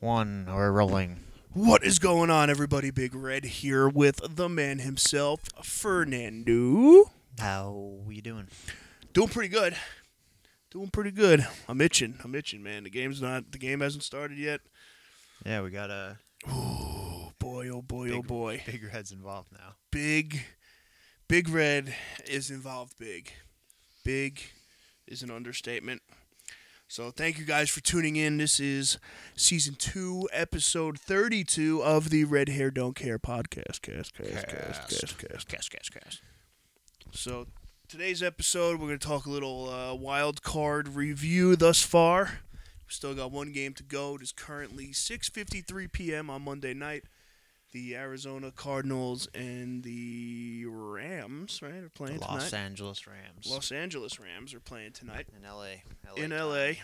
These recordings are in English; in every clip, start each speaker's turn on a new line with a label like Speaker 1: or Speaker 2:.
Speaker 1: One, we're rolling.
Speaker 2: What is going on, everybody? Big Red here with the man himself, Fernando.
Speaker 1: How you doing?
Speaker 2: Doing pretty good. Doing pretty good. I'm itching. I'm itching, man. The game's not. The game hasn't started yet.
Speaker 1: Yeah, we got uh, a
Speaker 2: Oh boy! Oh boy! Oh
Speaker 1: Big-
Speaker 2: boy!
Speaker 1: big red's involved now.
Speaker 2: Big, Big Red is involved. Big, big is an understatement. So thank you guys for tuning in. This is season two, episode thirty-two of the Red Hair Don't Care podcast. Cast, cast, cast, cast, cast.
Speaker 1: Cast, cast, cast.
Speaker 2: So today's episode, we're going to talk a little uh, wild card review thus far. We still got one game to go. It is currently 6:53 p.m. on Monday night. The Arizona Cardinals and the Rams, right, are
Speaker 1: The
Speaker 2: playing
Speaker 1: Los
Speaker 2: tonight.
Speaker 1: Angeles Rams
Speaker 2: Los Angeles Rams are playing tonight
Speaker 1: in L.A.
Speaker 2: in
Speaker 1: time.
Speaker 2: L.A.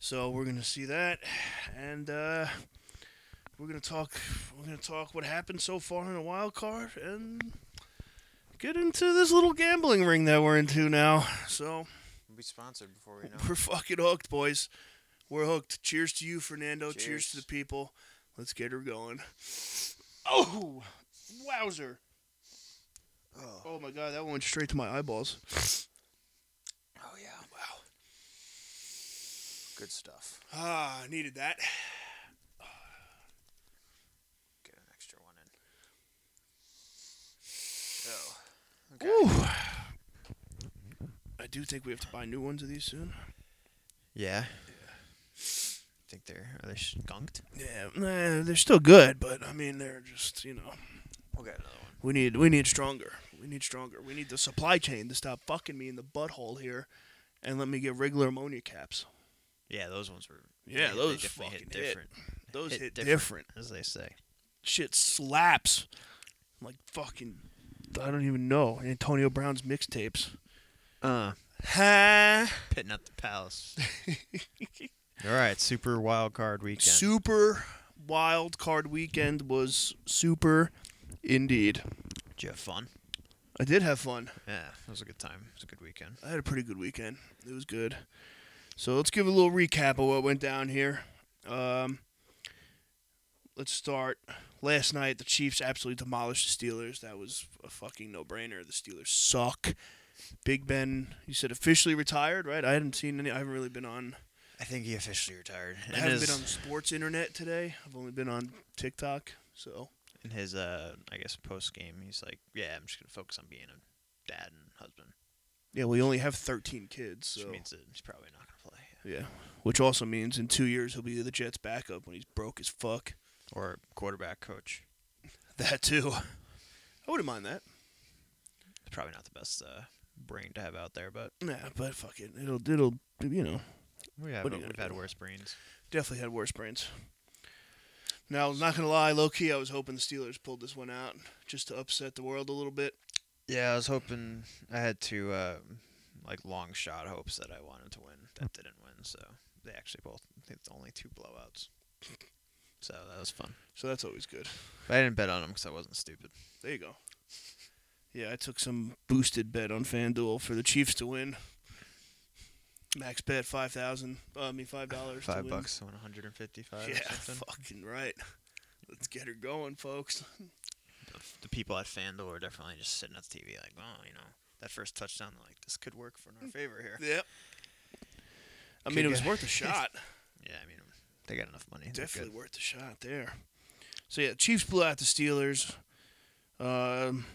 Speaker 2: So we're gonna see that, and uh, we're gonna talk. We're gonna talk what happened so far in the wild card, and get into this little gambling ring that we're into now. So
Speaker 1: We'll be sponsored before we know. it.
Speaker 2: we're fucking hooked, boys. We're hooked. Cheers to you, Fernando. Cheers, to
Speaker 1: Cheers.
Speaker 2: the people. Let's get her going. Oh, wowzer!
Speaker 1: Oh,
Speaker 2: Oh my god, that went straight to my eyeballs.
Speaker 1: oh yeah, wow, good stuff.
Speaker 2: Ah, I needed that.
Speaker 1: Get an extra one in. Oh, okay.
Speaker 2: Ooh. I do think we have to buy new ones of these soon.
Speaker 1: Yeah. I think they're are they skunked.
Speaker 2: Yeah, nah, they're still good, but I mean, they're just you know
Speaker 1: We'll get another one.
Speaker 2: we need we need stronger. We need stronger. We need the supply chain to stop fucking me in the butthole here, and let me get regular ammonia caps.
Speaker 1: Yeah, those ones were. they-
Speaker 2: Yeah,
Speaker 1: they
Speaker 2: those
Speaker 1: definitely
Speaker 2: fucking
Speaker 1: hit
Speaker 2: hit.
Speaker 1: different,
Speaker 2: Those
Speaker 1: Hit
Speaker 2: hit,
Speaker 1: different.
Speaker 2: different.
Speaker 1: as they say.
Speaker 2: Shit slaps. Like fucking, I don't even know Antonio Brown's mixtapes.
Speaker 1: Uh,
Speaker 2: Ha!
Speaker 1: pitting up the palace. All right, super wild card weekend.
Speaker 2: Super wild card weekend was super, indeed.
Speaker 1: Did you have fun?
Speaker 2: I did have fun.
Speaker 1: Yeah, it was a good time. It was a good weekend.
Speaker 2: I had a pretty good weekend. It was good. So let's give a little recap of what went down here. Um, let's start. Last night, the Chiefs absolutely demolished the Steelers. That was a fucking no brainer. The Steelers suck. Big Ben, you said officially retired, right? I hadn't seen any. I haven't really been on.
Speaker 1: I think he officially retired.
Speaker 2: I
Speaker 1: In
Speaker 2: haven't
Speaker 1: his,
Speaker 2: been on the sports internet today. I've only been on TikTok. So
Speaker 1: in his uh, I guess post game, he's like, "Yeah, I'm just gonna focus on being a dad and husband,"
Speaker 2: yeah, we only have 13 kids.
Speaker 1: which
Speaker 2: So
Speaker 1: means that he's probably not gonna play,
Speaker 2: yeah, which also means in two years he'll be the Jets' backup when he's broke as fuck.
Speaker 1: or quarterback coach.
Speaker 2: That too. I wouldn't mind that.
Speaker 1: It's probably not the best uh, brain to have out there, but
Speaker 2: Nah, but fuck it. It'll it'll you know
Speaker 1: we have
Speaker 2: What are you
Speaker 1: we've
Speaker 2: gonna
Speaker 1: had
Speaker 2: do?
Speaker 1: worse brains.
Speaker 2: definitely had worse brains. Now, not gonna lie, low key, I was hoping the Steelers pulled this one out just to upset the world a little bit.
Speaker 1: Yeah, I was hoping I had two uh, like long shot hopes that I wanted to win that didn't win, so they actually both it's only two blowouts. So that was fun.
Speaker 2: So that's always good.
Speaker 1: But I didn't bet on them because I wasn't stupid.
Speaker 2: There you go. Yeah, I took some boosted bet on FanDuel for the Chiefs to win. Max bet five thousand. Uh, I mean five dollars. to
Speaker 1: Five
Speaker 2: win.
Speaker 1: bucks to win 155
Speaker 2: Yeah,
Speaker 1: or something.
Speaker 2: fucking right. Let's get her going, folks.
Speaker 1: The, the people at FanDuel are definitely just sitting at the TV like, oh, you know, that first touchdown, they're like, this could work for
Speaker 2: Mm.
Speaker 1: in our favor here.
Speaker 2: Yep. I
Speaker 1: Could
Speaker 2: mean, it
Speaker 1: go-
Speaker 2: was worth a shot.
Speaker 1: Yeah, I mean, they got enough money. They're
Speaker 2: Definitely worth the shot there. So yeah, Chiefs blew out the Steelers. Um,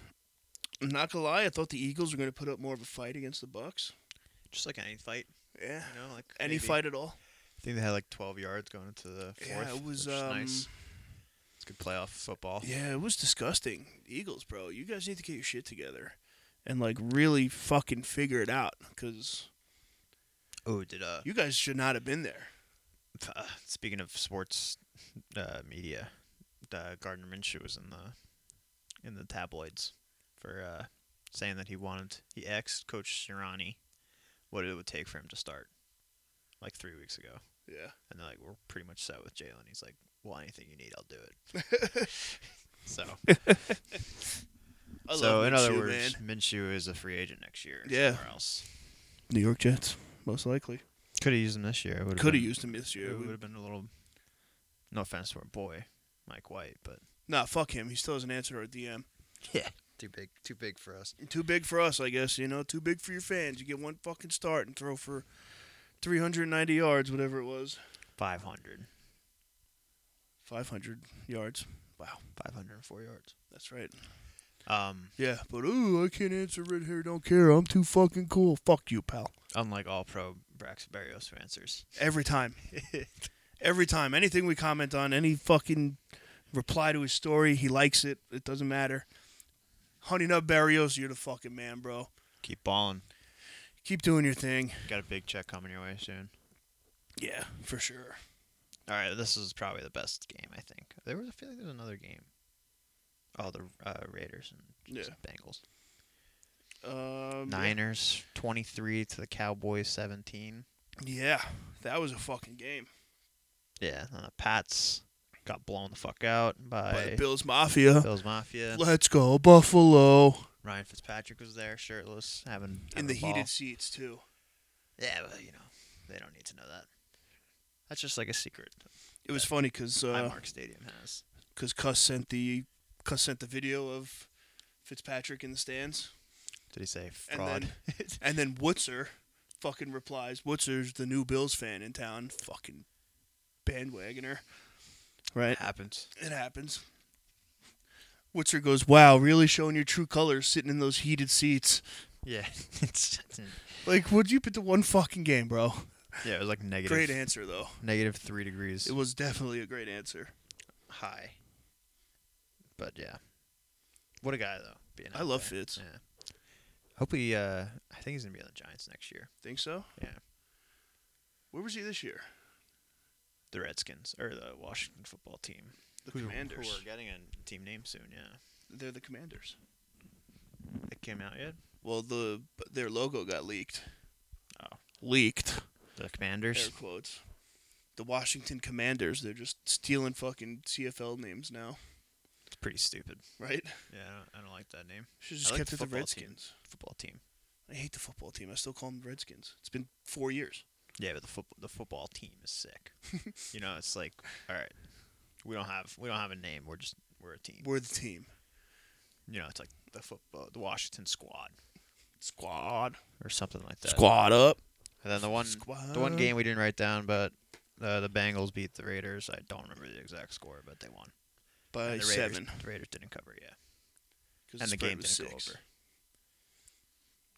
Speaker 2: I'm not gonna lie, I thought the Eagles were gonna put up more of a fight against the Bucks.
Speaker 1: Good. Just like any fight,
Speaker 2: Yeah.
Speaker 1: you know, like
Speaker 2: Any
Speaker 1: maybe-
Speaker 2: fight at all?
Speaker 1: I think they had like 12 yards going into the fourth.
Speaker 2: Yeah, it was.
Speaker 1: which is
Speaker 2: Um,
Speaker 1: nice. It's good playoff football.
Speaker 2: Yeah, it was disgusting. Eagles, bro, you guys need to get your shit together, and like really fucking figure it out, because
Speaker 1: Oh, did uh,
Speaker 2: you guys should not have been there.
Speaker 1: f- uh speaking of sports uh, media, uh, Gardner Minshew was in the in the tabloids for uh, saying that he wanted he asked Coach Sirianni what it would take for him to start like three weeks ago,
Speaker 2: Yeah.
Speaker 1: and they're like, "We're pretty much set with Jalen." He's like, "Well, anything you need, I'll do it." so,
Speaker 2: I
Speaker 1: so
Speaker 2: love
Speaker 1: in
Speaker 2: Minshew,
Speaker 1: other
Speaker 2: man.
Speaker 1: words, Minshew is a free agent next year.
Speaker 2: Yeah.
Speaker 1: Somewhere else.
Speaker 2: New York Jets, most likely.
Speaker 1: Could have used him this year.
Speaker 2: Could have used him this year.
Speaker 1: It
Speaker 2: We-
Speaker 1: would have been a little No offense to our boy, Mike White, but
Speaker 2: Nah, fuck him. He still doesn't answer our DM.
Speaker 1: yeah, too big, too big for us.
Speaker 2: Too big for us, I guess. You know, too big for your fans. You get one fucking start and throw for 390 yards, whatever it was.
Speaker 1: Five hundred.
Speaker 2: 500 yards. Wow,
Speaker 1: Five hundred and four yards.
Speaker 2: that's right.
Speaker 1: Um,
Speaker 2: Yeah, but ooh, I can't answer red hair. Don't care. I'm too fucking cool. Fuck you, pal.
Speaker 1: unlike all pro Brax Barrios answers.
Speaker 2: Every time. Every time. Anything we comment on, any fucking reply to his story, he likes it. It doesn't matter. Honey Nut Barrios, you're the fucking man, bro.
Speaker 1: Keep balling.
Speaker 2: Keep doing your thing.
Speaker 1: Got a big check coming your way soon.
Speaker 2: Yeah, for sure.
Speaker 1: All right, this is probably the best game I think. There was, I feel like there was another game. Oh, the uh, Raiders and
Speaker 2: Yeah.
Speaker 1: Bengals.
Speaker 2: Um,
Speaker 1: Niners twenty three to the Cowboys seventeen.
Speaker 2: Yeah, that was a fucking game.
Speaker 1: Yeah, and the Pats got blown the fuck out
Speaker 2: By
Speaker 1: by
Speaker 2: the Bills Mafia.
Speaker 1: Bills Mafia.
Speaker 2: Let's go, Buffalo.
Speaker 1: Ryan Fitzpatrick was there, shirtless, having, having
Speaker 2: In the
Speaker 1: a ball.
Speaker 2: heated seats, too.
Speaker 1: Yeah, well, you know, they don't need to know that. That's just like a secret
Speaker 2: It was funny because
Speaker 1: that
Speaker 2: uh,
Speaker 1: Highmark Stadium has.
Speaker 2: because Cuss sent the Cuss sent the video of Fitzpatrick in the stands,
Speaker 1: Did he say
Speaker 2: and
Speaker 1: fraud?
Speaker 2: then and then Wootzer fucking replies, "Wootzer's the new Bills fan in town, fucking bandwagoner." Right,
Speaker 1: it happens.
Speaker 2: it happens. Wootzer goes, "Wow, really showing your true colors sitting in those heated seats."
Speaker 1: Yeah, it's
Speaker 2: Like, would you put the one fucking game, bro?
Speaker 1: yeah. It was like negative
Speaker 2: Great answer though.
Speaker 1: negative three degrees
Speaker 2: It was definitely a great answer.
Speaker 1: high. But yeah, what a guy though. Being
Speaker 2: I
Speaker 1: out
Speaker 2: love
Speaker 1: there.
Speaker 2: Fitz.
Speaker 1: Yeah. Hope he. Uh, I think he's gonna be on the Giants next year.
Speaker 2: Think so?
Speaker 1: Yeah.
Speaker 2: Where was he this year?
Speaker 1: The Redskins or the Washington football team.
Speaker 2: The
Speaker 1: who,
Speaker 2: Commanders.
Speaker 1: Who are getting a team name soon? Yeah.
Speaker 2: They're the Commanders.
Speaker 1: It came out yet.
Speaker 2: Well, the their logo got leaked.
Speaker 1: Oh.
Speaker 2: Leaked.
Speaker 1: The
Speaker 2: Air
Speaker 1: Commanders.
Speaker 2: quotes. The Washington Commanders. They're just stealing fucking CFL names now,
Speaker 1: It's pretty stupid.
Speaker 2: right?
Speaker 1: Yeah, I don't, I don't like that name.
Speaker 2: Should just
Speaker 1: I like
Speaker 2: kept
Speaker 1: the
Speaker 2: it the
Speaker 1: football team.
Speaker 2: Redskins.
Speaker 1: Football team.
Speaker 2: I hate the football team. I still call them Redskins. It's been four years.
Speaker 1: Yeah, but the football the football team is sick. you know, it's like, all right, we don't have we don't have a name. We're just we're a team.
Speaker 2: We're the team
Speaker 1: You know, it's like the football the Washington squad
Speaker 2: squad.
Speaker 1: or something like that.
Speaker 2: Squad up.
Speaker 1: And then the one
Speaker 2: Squad.
Speaker 1: the one game we didn't write down, but uh, the Bengals beat the Raiders. I don't remember the exact score, but they won.
Speaker 2: by
Speaker 1: And the Raiders,
Speaker 2: Uh, seven.
Speaker 1: The Raiders didn't cover. Yeah,
Speaker 2: 'cause
Speaker 1: and the
Speaker 2: spread
Speaker 1: game didn't
Speaker 2: was
Speaker 1: go
Speaker 2: six.
Speaker 1: over.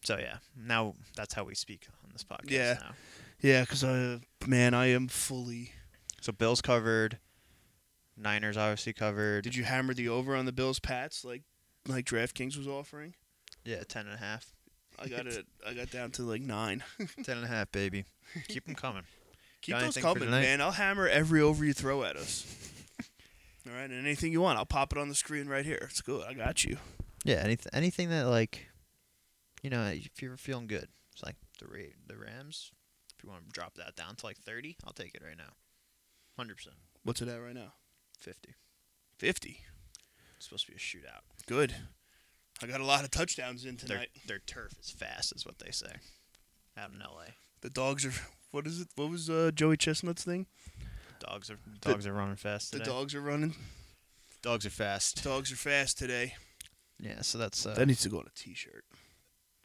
Speaker 1: So yeah, now that's how we speak on this podcast.
Speaker 2: Yeah.
Speaker 1: Now.
Speaker 2: Yeah, because I man, I am fully.
Speaker 1: So Bills covered. Niners obviously covered.
Speaker 2: Did you hammer the over on the Bills Pats like like DraftKings was offering?
Speaker 1: yeah, ten and a half.
Speaker 2: I got it. I got down to like nine.
Speaker 1: Ten and a half, baby. Keep them coming.
Speaker 2: Keep
Speaker 1: Got
Speaker 2: those
Speaker 1: anything for
Speaker 2: coming,
Speaker 1: tonight?
Speaker 2: man. I'll hammer every over you throw at us. All right, and anything you want, I'll pop it on the screen right here. It's good. I got you.
Speaker 1: Yeah, anything, anything that like, you know, if you're feeling good, it's like the Ra- the Rams. If you want to drop that down to like thirty, I'll take it right now. Hundred percent,
Speaker 2: What's it at right now?
Speaker 1: fifty.
Speaker 2: Fifty.
Speaker 1: It's supposed to be a shootout.
Speaker 2: Good. I got a lot of touchdowns in
Speaker 1: Their
Speaker 2: tonight.
Speaker 1: their turf is fast, is what they say. Out in L.A.,
Speaker 2: The dogs are. What is it? What was uh, Joey Chestnut's thing?
Speaker 1: dogs are dogs are running fast
Speaker 2: The
Speaker 1: today.
Speaker 2: dogs are running.
Speaker 1: dogs are fast.
Speaker 2: Dogs are fast today.
Speaker 1: Yeah, so that's uh,
Speaker 2: That needs to go on a T-shirt.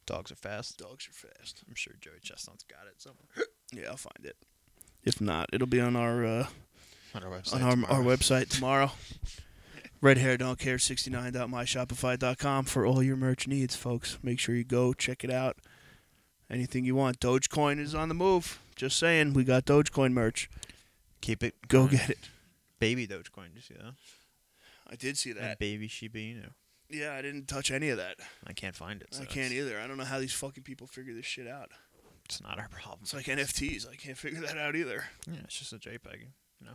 Speaker 1: dogs are fast.
Speaker 2: Dogs are fast.
Speaker 1: I'm sure Joey Chestnut's got it somewhere
Speaker 2: Yeah, I'll find it. If not, it'll be on our uh,
Speaker 1: on our website.
Speaker 2: on our,
Speaker 1: tomorrow.
Speaker 2: our website tomorrow. Red hair don't care 69.myshopify.com for all your merch needs, folks. Make sure you go check it out. Anything you want. Dogecoin is on the move. Just saying, we got Dogecoin merch.
Speaker 1: Keep it.
Speaker 2: Go
Speaker 1: coming.
Speaker 2: get it.
Speaker 1: baby Dogecoin. Did you see that?
Speaker 2: I did see
Speaker 1: And
Speaker 2: that.
Speaker 1: baby Shiba Inu.
Speaker 2: Yeah, I didn't touch any of that.
Speaker 1: I can't find it. So
Speaker 2: I can't
Speaker 1: it's,
Speaker 2: either. I don't know how these fucking people figure this shit out.
Speaker 1: it's not our problem.
Speaker 2: It's like NFTs. I can't e-, figure that out either.
Speaker 1: Yeah, it's just a JPEG, you know.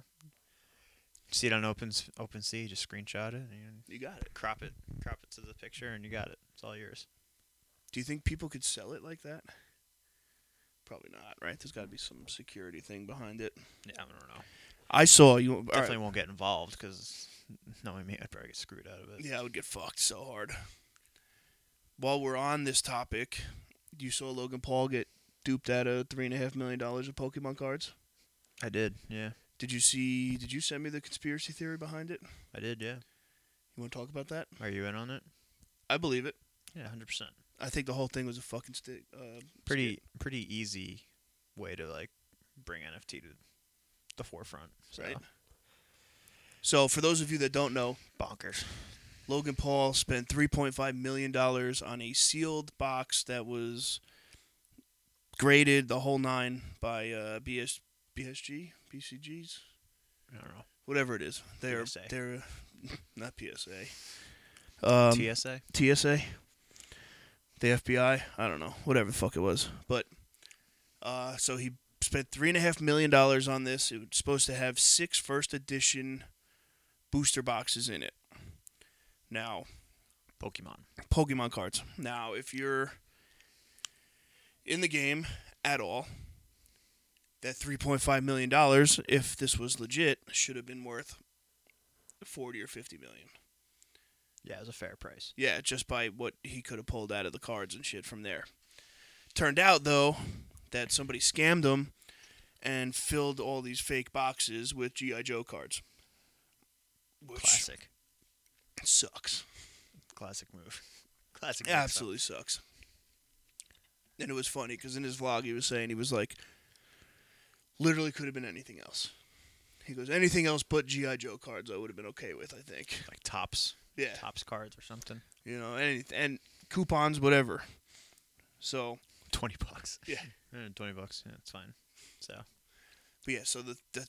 Speaker 1: See it on Opens OpenSea, just screenshot it and
Speaker 2: You got it.
Speaker 1: crop it, crop it to the picture, and you got it. It's all yours.
Speaker 2: Do you think people could sell it like that? Probably not, right? There's got to be some security thing behind it.
Speaker 1: Yeah, I don't know.
Speaker 2: I saw you. all right.
Speaker 1: Definitely won't get involved because knowing me, I'd probably get screwed out of it.
Speaker 2: Yeah, I would get fucked so hard. While we're on this topic, you saw Logan Paul get duped out of three and a half million dollars of Pokemon cards.
Speaker 1: I did. Yeah,
Speaker 2: Did you see? Did you send me the conspiracy theory behind it?
Speaker 1: I did, yeah.
Speaker 2: You want to talk about that?
Speaker 1: Are you in on it?
Speaker 2: I believe it.
Speaker 1: Yeah, hundred percent.
Speaker 2: I think the whole thing was a fucking stick. Uh,
Speaker 1: Pretty pretty easy way to like bring NFT to the forefront. So.
Speaker 2: Right. So, for those of you that don't know,
Speaker 1: Bonkers.
Speaker 2: Logan Paul spent 3.5 million dollars on a sealed box that was graded the whole nine by uh, BS, BSG, BCGs,
Speaker 1: I don't know.
Speaker 2: whatever it is. They're
Speaker 1: PSA.
Speaker 2: they're not PSA. Um,
Speaker 1: TSA.
Speaker 2: TSA, the FBI, I don't know, whatever the fuck it was. But uh, so he spent three and a half million dollars on this. It was supposed to have six first edition booster boxes in it. Now,
Speaker 1: Pokemon.
Speaker 2: Pokemon cards. Now, if you're in the game at all, that three point five million dollars, if this was legit, should have been worth forty or fifty million.
Speaker 1: Yeah, it was a fair price.
Speaker 2: Yeah, just by what he could have pulled out of the cards and shit from there. Turned out though that somebody scammed him and filled all these fake boxes with GI Joe cards, which
Speaker 1: Classic.
Speaker 2: sucks.
Speaker 1: Classic move. Classic.
Speaker 2: It
Speaker 1: mix-up.
Speaker 2: absolutely sucks. And it was funny because in his vlog he was saying he was like, literally could have been anything else. He goes, anything else but GI Joe cards, I would have been okay with. I think.
Speaker 1: Like tops,
Speaker 2: Yeah.
Speaker 1: tops cards or something.
Speaker 2: You know, any and coupons, whatever. So
Speaker 1: Twenty bucks.
Speaker 2: Yeah.
Speaker 1: Eh, Twenty bucks. Yeah, it's fine. So
Speaker 2: But yeah, so the the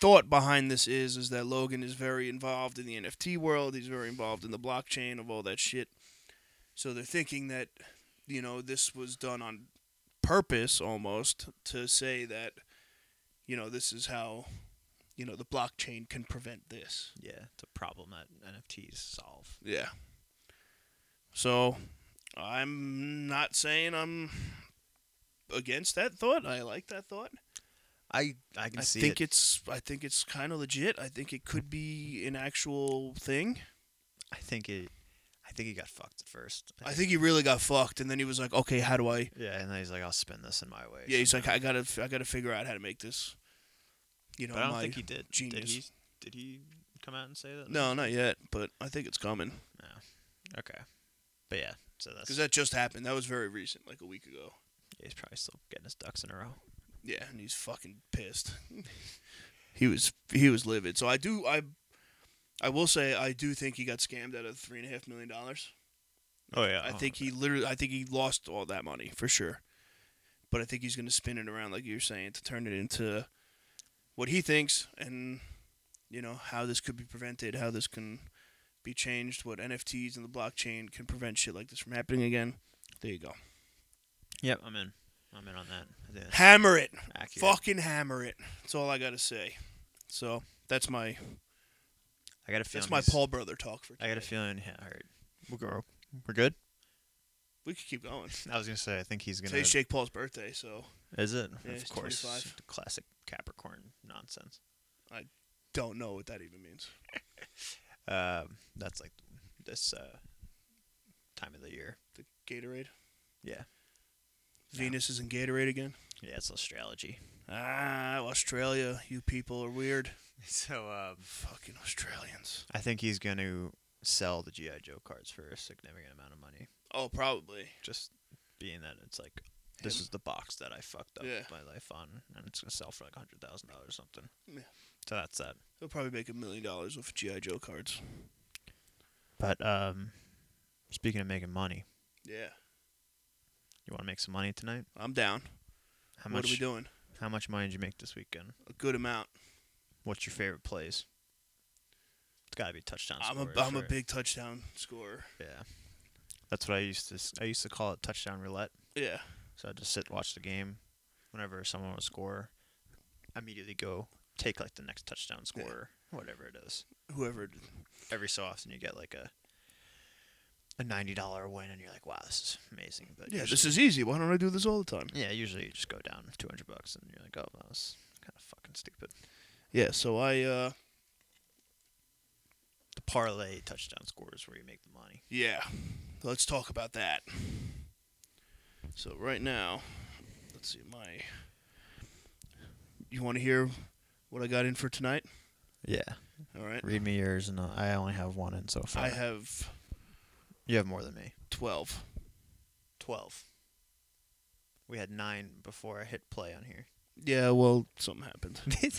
Speaker 2: thought behind this is is that Logan is very involved in the NFT world. He's very involved in the blockchain of all that shit. So they're thinking that you know this was done on purpose almost to say that you know this is how you know the blockchain can prevent this.
Speaker 1: yeah, it's a problem that NFTs solve.
Speaker 2: Yeah. So I'm not saying I'm against that thought. I like that thought.
Speaker 1: I I can
Speaker 2: I
Speaker 1: see
Speaker 2: think
Speaker 1: it.
Speaker 2: it's I think it's kind of legit. I think it could be an actual thing.
Speaker 1: I think it. I think he got fucked at first.
Speaker 2: I think he really got fucked, and then he was like, "Okay, how do I?"
Speaker 1: Yeah, and then he's like, I'll spin this in my way.
Speaker 2: Yeah, he's like,
Speaker 1: somehow.
Speaker 2: "I gotta, I gotta figure out how to make this." You know,
Speaker 1: But I don't
Speaker 2: "Oh my-
Speaker 1: think he did. Did
Speaker 2: genius.
Speaker 1: he? Did he come out and say that?
Speaker 2: no, not yet, but I think it's coming
Speaker 1: Okay. But yeah, so that's
Speaker 2: because that just happened. That was very recent, like a week ago.
Speaker 1: he's probably still getting his ducks in a row.
Speaker 2: Yeah, and he's fucking pissed. he was, he was livid. So I do, I, I will say, I do think he got scammed out of three and a half million dollars.
Speaker 1: Oh yeah.
Speaker 2: I think he literally. I think he lost all that money for sure. But I think he's going to spin it around, like you're saying, to turn it into what he thinks, and you know how this could be prevented, how this can be changed, what NFTs and the blockchain can prevent shit like this from happening again. There you go.
Speaker 1: Yep, I'm in. I'm in on that. I think that's
Speaker 2: Hammer it,
Speaker 1: accurate.
Speaker 2: fucking hammer it. That's all I got to say. So that's my
Speaker 1: I got a feeling.
Speaker 2: that's my
Speaker 1: he's-
Speaker 2: Paul brother talk for.
Speaker 1: I got a
Speaker 2: today.
Speaker 1: feeling. Yeah, all right. We'll go. We're good.
Speaker 2: We could keep going.
Speaker 1: I was gonna say. I think he's gonna.
Speaker 2: Today's Jake Paul's birthday, so
Speaker 1: Is it?
Speaker 2: Yeah,
Speaker 1: of
Speaker 2: he's
Speaker 1: course.
Speaker 2: 25.
Speaker 1: the Classic Capricorn nonsense.
Speaker 2: don't know what that even means.
Speaker 1: Um, that's like this uh, time of the year.
Speaker 2: The Gatorade.
Speaker 1: Yeah.
Speaker 2: Venus is in Gatorade again.
Speaker 1: Yeah, it's astrology.
Speaker 2: Ah, Australia, you people are weird.
Speaker 1: So um,
Speaker 2: Fucking Australians.
Speaker 1: I think he's gonna sell the GI Joe cards for a significant amount of money.
Speaker 2: Oh, probably.
Speaker 1: Just being that it's like this
Speaker 2: Him.
Speaker 1: is the box that I fucked up
Speaker 2: Yeah.
Speaker 1: my life on, and it's gonna sell for like hundred thousand dollars or something.
Speaker 2: Yeah.
Speaker 1: So that's that.
Speaker 2: They'll probably make a million dollars with GI Joe cards.
Speaker 1: But um, speaking of making money,
Speaker 2: Yeah,
Speaker 1: you want to make some money tonight?
Speaker 2: I'm down.
Speaker 1: How
Speaker 2: what
Speaker 1: much?
Speaker 2: are we doing?
Speaker 1: How much money did you make this weekend?
Speaker 2: A good amount.
Speaker 1: What's your favorite plays? It's got to be touchdown.
Speaker 2: I'm a
Speaker 1: scorers,
Speaker 2: I'm a
Speaker 1: right?
Speaker 2: big touchdown scorer.
Speaker 1: Yeah, that's what I used to. s- I used to call it touchdown roulette.
Speaker 2: Yeah,
Speaker 1: So I just sit, watch the game. Whenever someone would score, immediately go take like the next touchdown scorer, whatever it is.
Speaker 2: whoever.
Speaker 1: Every so often you get like a a ninety dollar win, and you're like, wow, this is amazing. But
Speaker 2: Yeah,
Speaker 1: usually-
Speaker 2: this is easy. Why don't I do this all the time?
Speaker 1: yeah. Usually you just go down two hundred bucks, and you're like, oh, that was kind of fucking stupid.
Speaker 2: Yeah. So I uh
Speaker 1: The parlay touchdown scores where you make the money.
Speaker 2: yeah, let's talk about that. So right now, let's see my. You want to hear what I got in for tonight.
Speaker 1: Yeah.
Speaker 2: All right.
Speaker 1: Read me yours, and I'll- I only have one in so far.
Speaker 2: I have
Speaker 1: you have more than me.
Speaker 2: 12.
Speaker 1: Twelve. We had nine before I hit play on here.
Speaker 2: Yeah, well, something happened.
Speaker 1: you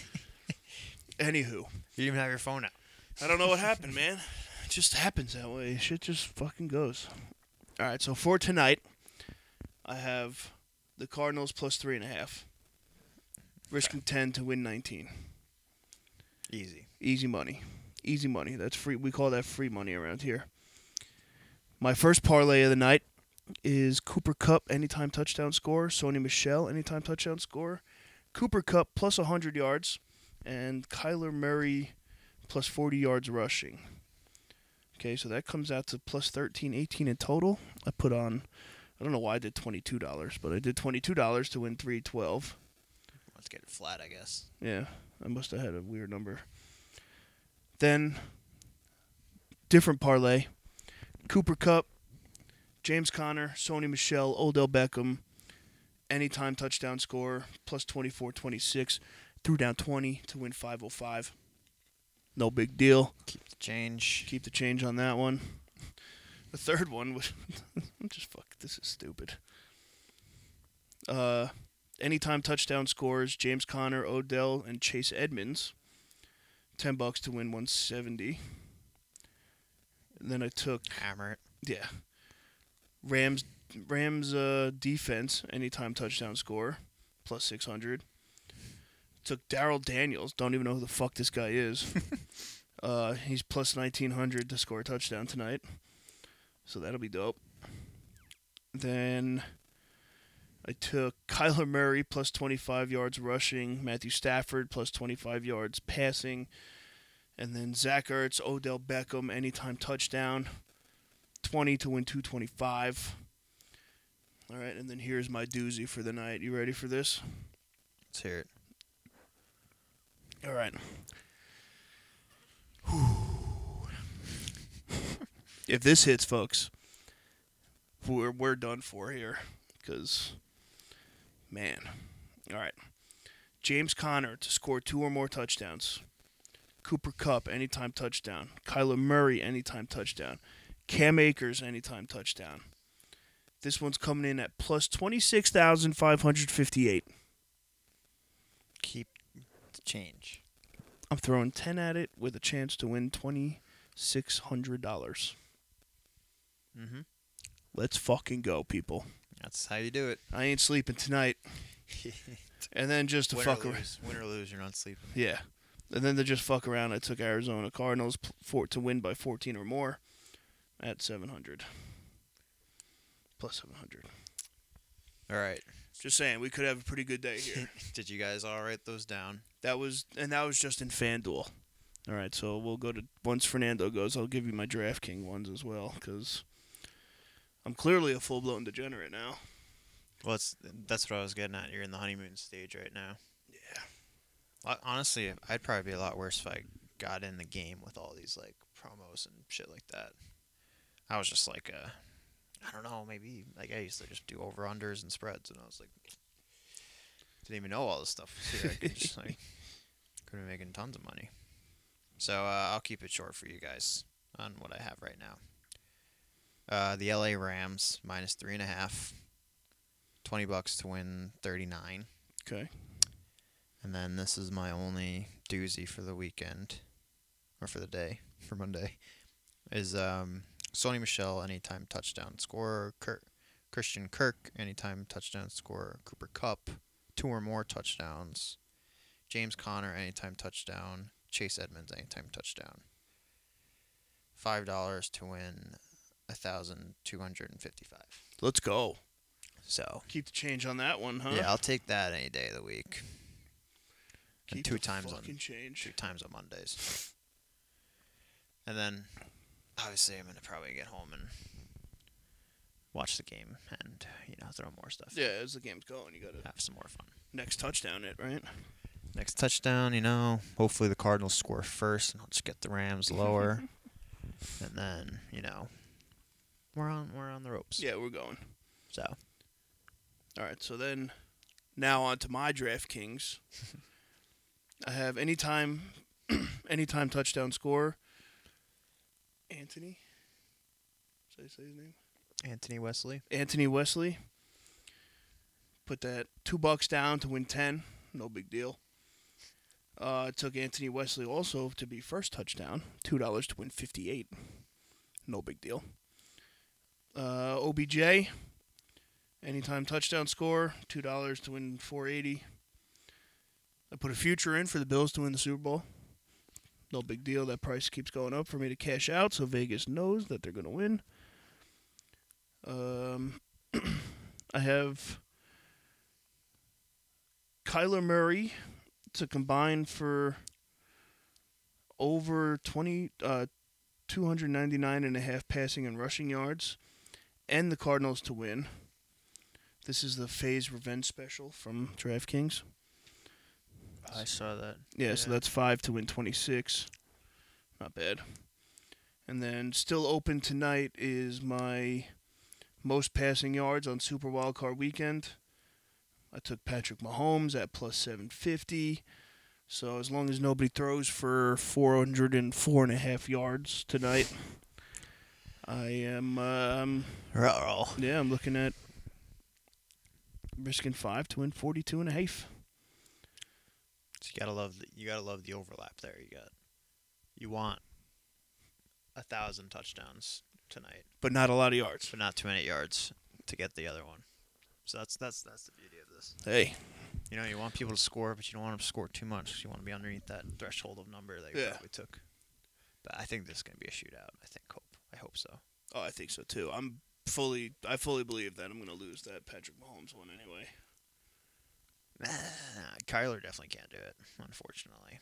Speaker 2: Anywho,
Speaker 1: didn't even have your phone out.
Speaker 2: I don't know what happened, man. It just happens that way. Shit just fucking goes. All right, so for tonight, I have the Cardinals plus three and a half, risking 10 to win 19.
Speaker 1: Easy.
Speaker 2: Easy money. Easy money. That's free. We call that free money around here. My first parlay of the night is Cooper Cup anytime touchdown score, Sony Michelle anytime touchdown score, Cooper Cup plus 100 yards, and Kyler Murray plus 40 yards rushing. Okay, so that comes out to plus 13, 18 in total. I put on, I don't know why I did $22, but I did $22 to win 312.
Speaker 1: Let's get it flat, I guess.
Speaker 2: Yeah, I must have had a weird number. Then, different parlay: Cooper Cup, James Conner, Sony Michelle, Odell Beckham, anytime touchdown score plus 24, 26, threw down 20 to win 505. No big deal
Speaker 1: Keep the change.
Speaker 2: keep the change on that one. The third one was I'm just fuck. This is stupid. Uh, anytime touchdown scores, James Conner, Odell, and Chase Edmonds. Ten bucks to win 170. And then I took
Speaker 1: Hammer it.
Speaker 2: yeah. Rams Rams uh, defense anytime touchdown score plus six hundred. Took Daryl Daniels. Don't even know who the fuck this guy is. uh, he's plus nineteen hundred to score a touchdown tonight, so that'll be dope. Then I took Kyler Murray plus twenty five yards rushing, Matthew Stafford plus twenty five yards passing, and then Zach Ertz, Odell Beckham anytime touchdown. 20 to win 225. All right, and then here's my doozy for the night. You ready for this?
Speaker 1: Let's hear it.
Speaker 2: All right. if this hits, folks, we're we're done for here cuz man. All right. James Conner to score two or more touchdowns. Cooper Cup anytime touchdown. Kyler Murray anytime touchdown. Cam Akers anytime touchdown. This one's coming in at plus 26,558.
Speaker 1: Keep the change.
Speaker 2: I'm throwing ten at it with a chance to win twenty six hundred dollars.
Speaker 1: Mm-hmm.
Speaker 2: Let's fucking go, people.
Speaker 1: That's how you do it.
Speaker 2: I ain't sleeping tonight. and then just to
Speaker 1: Win
Speaker 2: fuck
Speaker 1: or
Speaker 2: around.
Speaker 1: lose. Win or lose, you're not sleeping.
Speaker 2: Yeah. And then to just fuck around, I took Arizona Cardinals p- for to win by fourteen or more at seven hundred. Plus seven hundred.
Speaker 1: All right.
Speaker 2: Just saying, we could have a pretty good day here.
Speaker 1: Did you guys all write those down?
Speaker 2: that was and that was just in FanDuel. All right, so we'll go to once Fernando goes, I'll give you my DraftKings ones as well because I'm clearly a full blown degenerate now.
Speaker 1: Well, it's, that's what I was getting at. You're in the honeymoon stage right now.
Speaker 2: Yeah.
Speaker 1: Hon- Honestly, I'd probably be a lot worse if I got in the game with all these like promos and shit like that. I was just like, uh, I don't know, maybe like I used to just do over unders and spreads, and I was like, didn't even know all this stuff. was here. I could just like, could be making tons of money. So uh, I'll keep it short for you guys on what I have right now. Uh, the LA Rams minus three and a half. Twenty bucks to win thirty nine.
Speaker 2: Okay.
Speaker 1: And then this is my only doozy for the weekend, or for the day, for Monday, is um, Sony Michelle anytime touchdown scorer, Kirk, Christian Kirk anytime touchdown scorer, Cooper Cup two or more touchdowns, James Conner anytime touchdown, Chase Edmonds anytime touchdown. Five dollars to win a thousand two hundred and fifty-five.
Speaker 2: Let's go.
Speaker 1: So
Speaker 2: Keep the change on that one, huh?
Speaker 1: yeah, I'll take that any day of the week. and
Speaker 2: Keep
Speaker 1: two
Speaker 2: the
Speaker 1: times on-
Speaker 2: fucking
Speaker 1: two
Speaker 2: change.
Speaker 1: times on Mondays. And then, obviously, I'm gonna probably get home and watch the game, and you know, throw more stuff.
Speaker 2: Yeah, as the game's going, you got to
Speaker 1: Have some more fun.
Speaker 2: next touchdown it, right?
Speaker 1: Next touchdown, you know. Hopefully, the Cardinals score first, and I'll just get the Rams lower. and then, you know, we're on we're on the ropes.
Speaker 2: Yeah, we're going.
Speaker 1: So
Speaker 2: All right, so then now on to my DraftKings. I have anytime, anytime touchdown scorer. Anthony. Should I say his name?
Speaker 1: Anthony Wesley.
Speaker 2: Anthony Wesley. Put that two bucks down to win ten. No big deal. Uh, it took Anthony Wesley also to be first touchdown. Two dollars to win fifty-eight. No big deal. Uh, OBJ. Anytime touchdown score, two dollars to win four eighty. I put a future in for the Bills to win the Super Bowl. No big deal. That price keeps going up for me to cash out, so Vegas knows that they're going to win. Um, I have Kyler Murray to combine for over 20, uh, 299 and a half passing and rushing yards, and the Cardinals to win. This is the phase revenge special from DraftKings.
Speaker 1: I saw that.
Speaker 2: Yeah, so that's five to win 26. Not bad. And then still open tonight is my most passing yards on Super Wildcard Weekend. I took Patrick Mahomes at plus 750. So as long as nobody throws for 404 and a half yards tonight, I am, um,
Speaker 1: Ruh-roh.
Speaker 2: yeah, I'm looking at risking five to win 42 and a half.
Speaker 1: So you gotta love the, you gotta love the overlap there. You got you want a thousand touchdowns tonight,
Speaker 2: But not a lot of yards.
Speaker 1: but not too many yards to get the other one. So that's that's that's the beauty of this.
Speaker 2: Hey,
Speaker 1: You know, you want people to score, but you don't want them to score too much. 'cause you want to be underneath that threshold of number that you
Speaker 2: Yeah.
Speaker 1: probably took. But I think this is gonna be a shootout. I think hope I hope so.
Speaker 2: Oh, I think so too. I'm fully, I fully believe that I'm going to lose that Patrick Mahomes one anyway.
Speaker 1: Kyler definitely can't do it, unfortunately.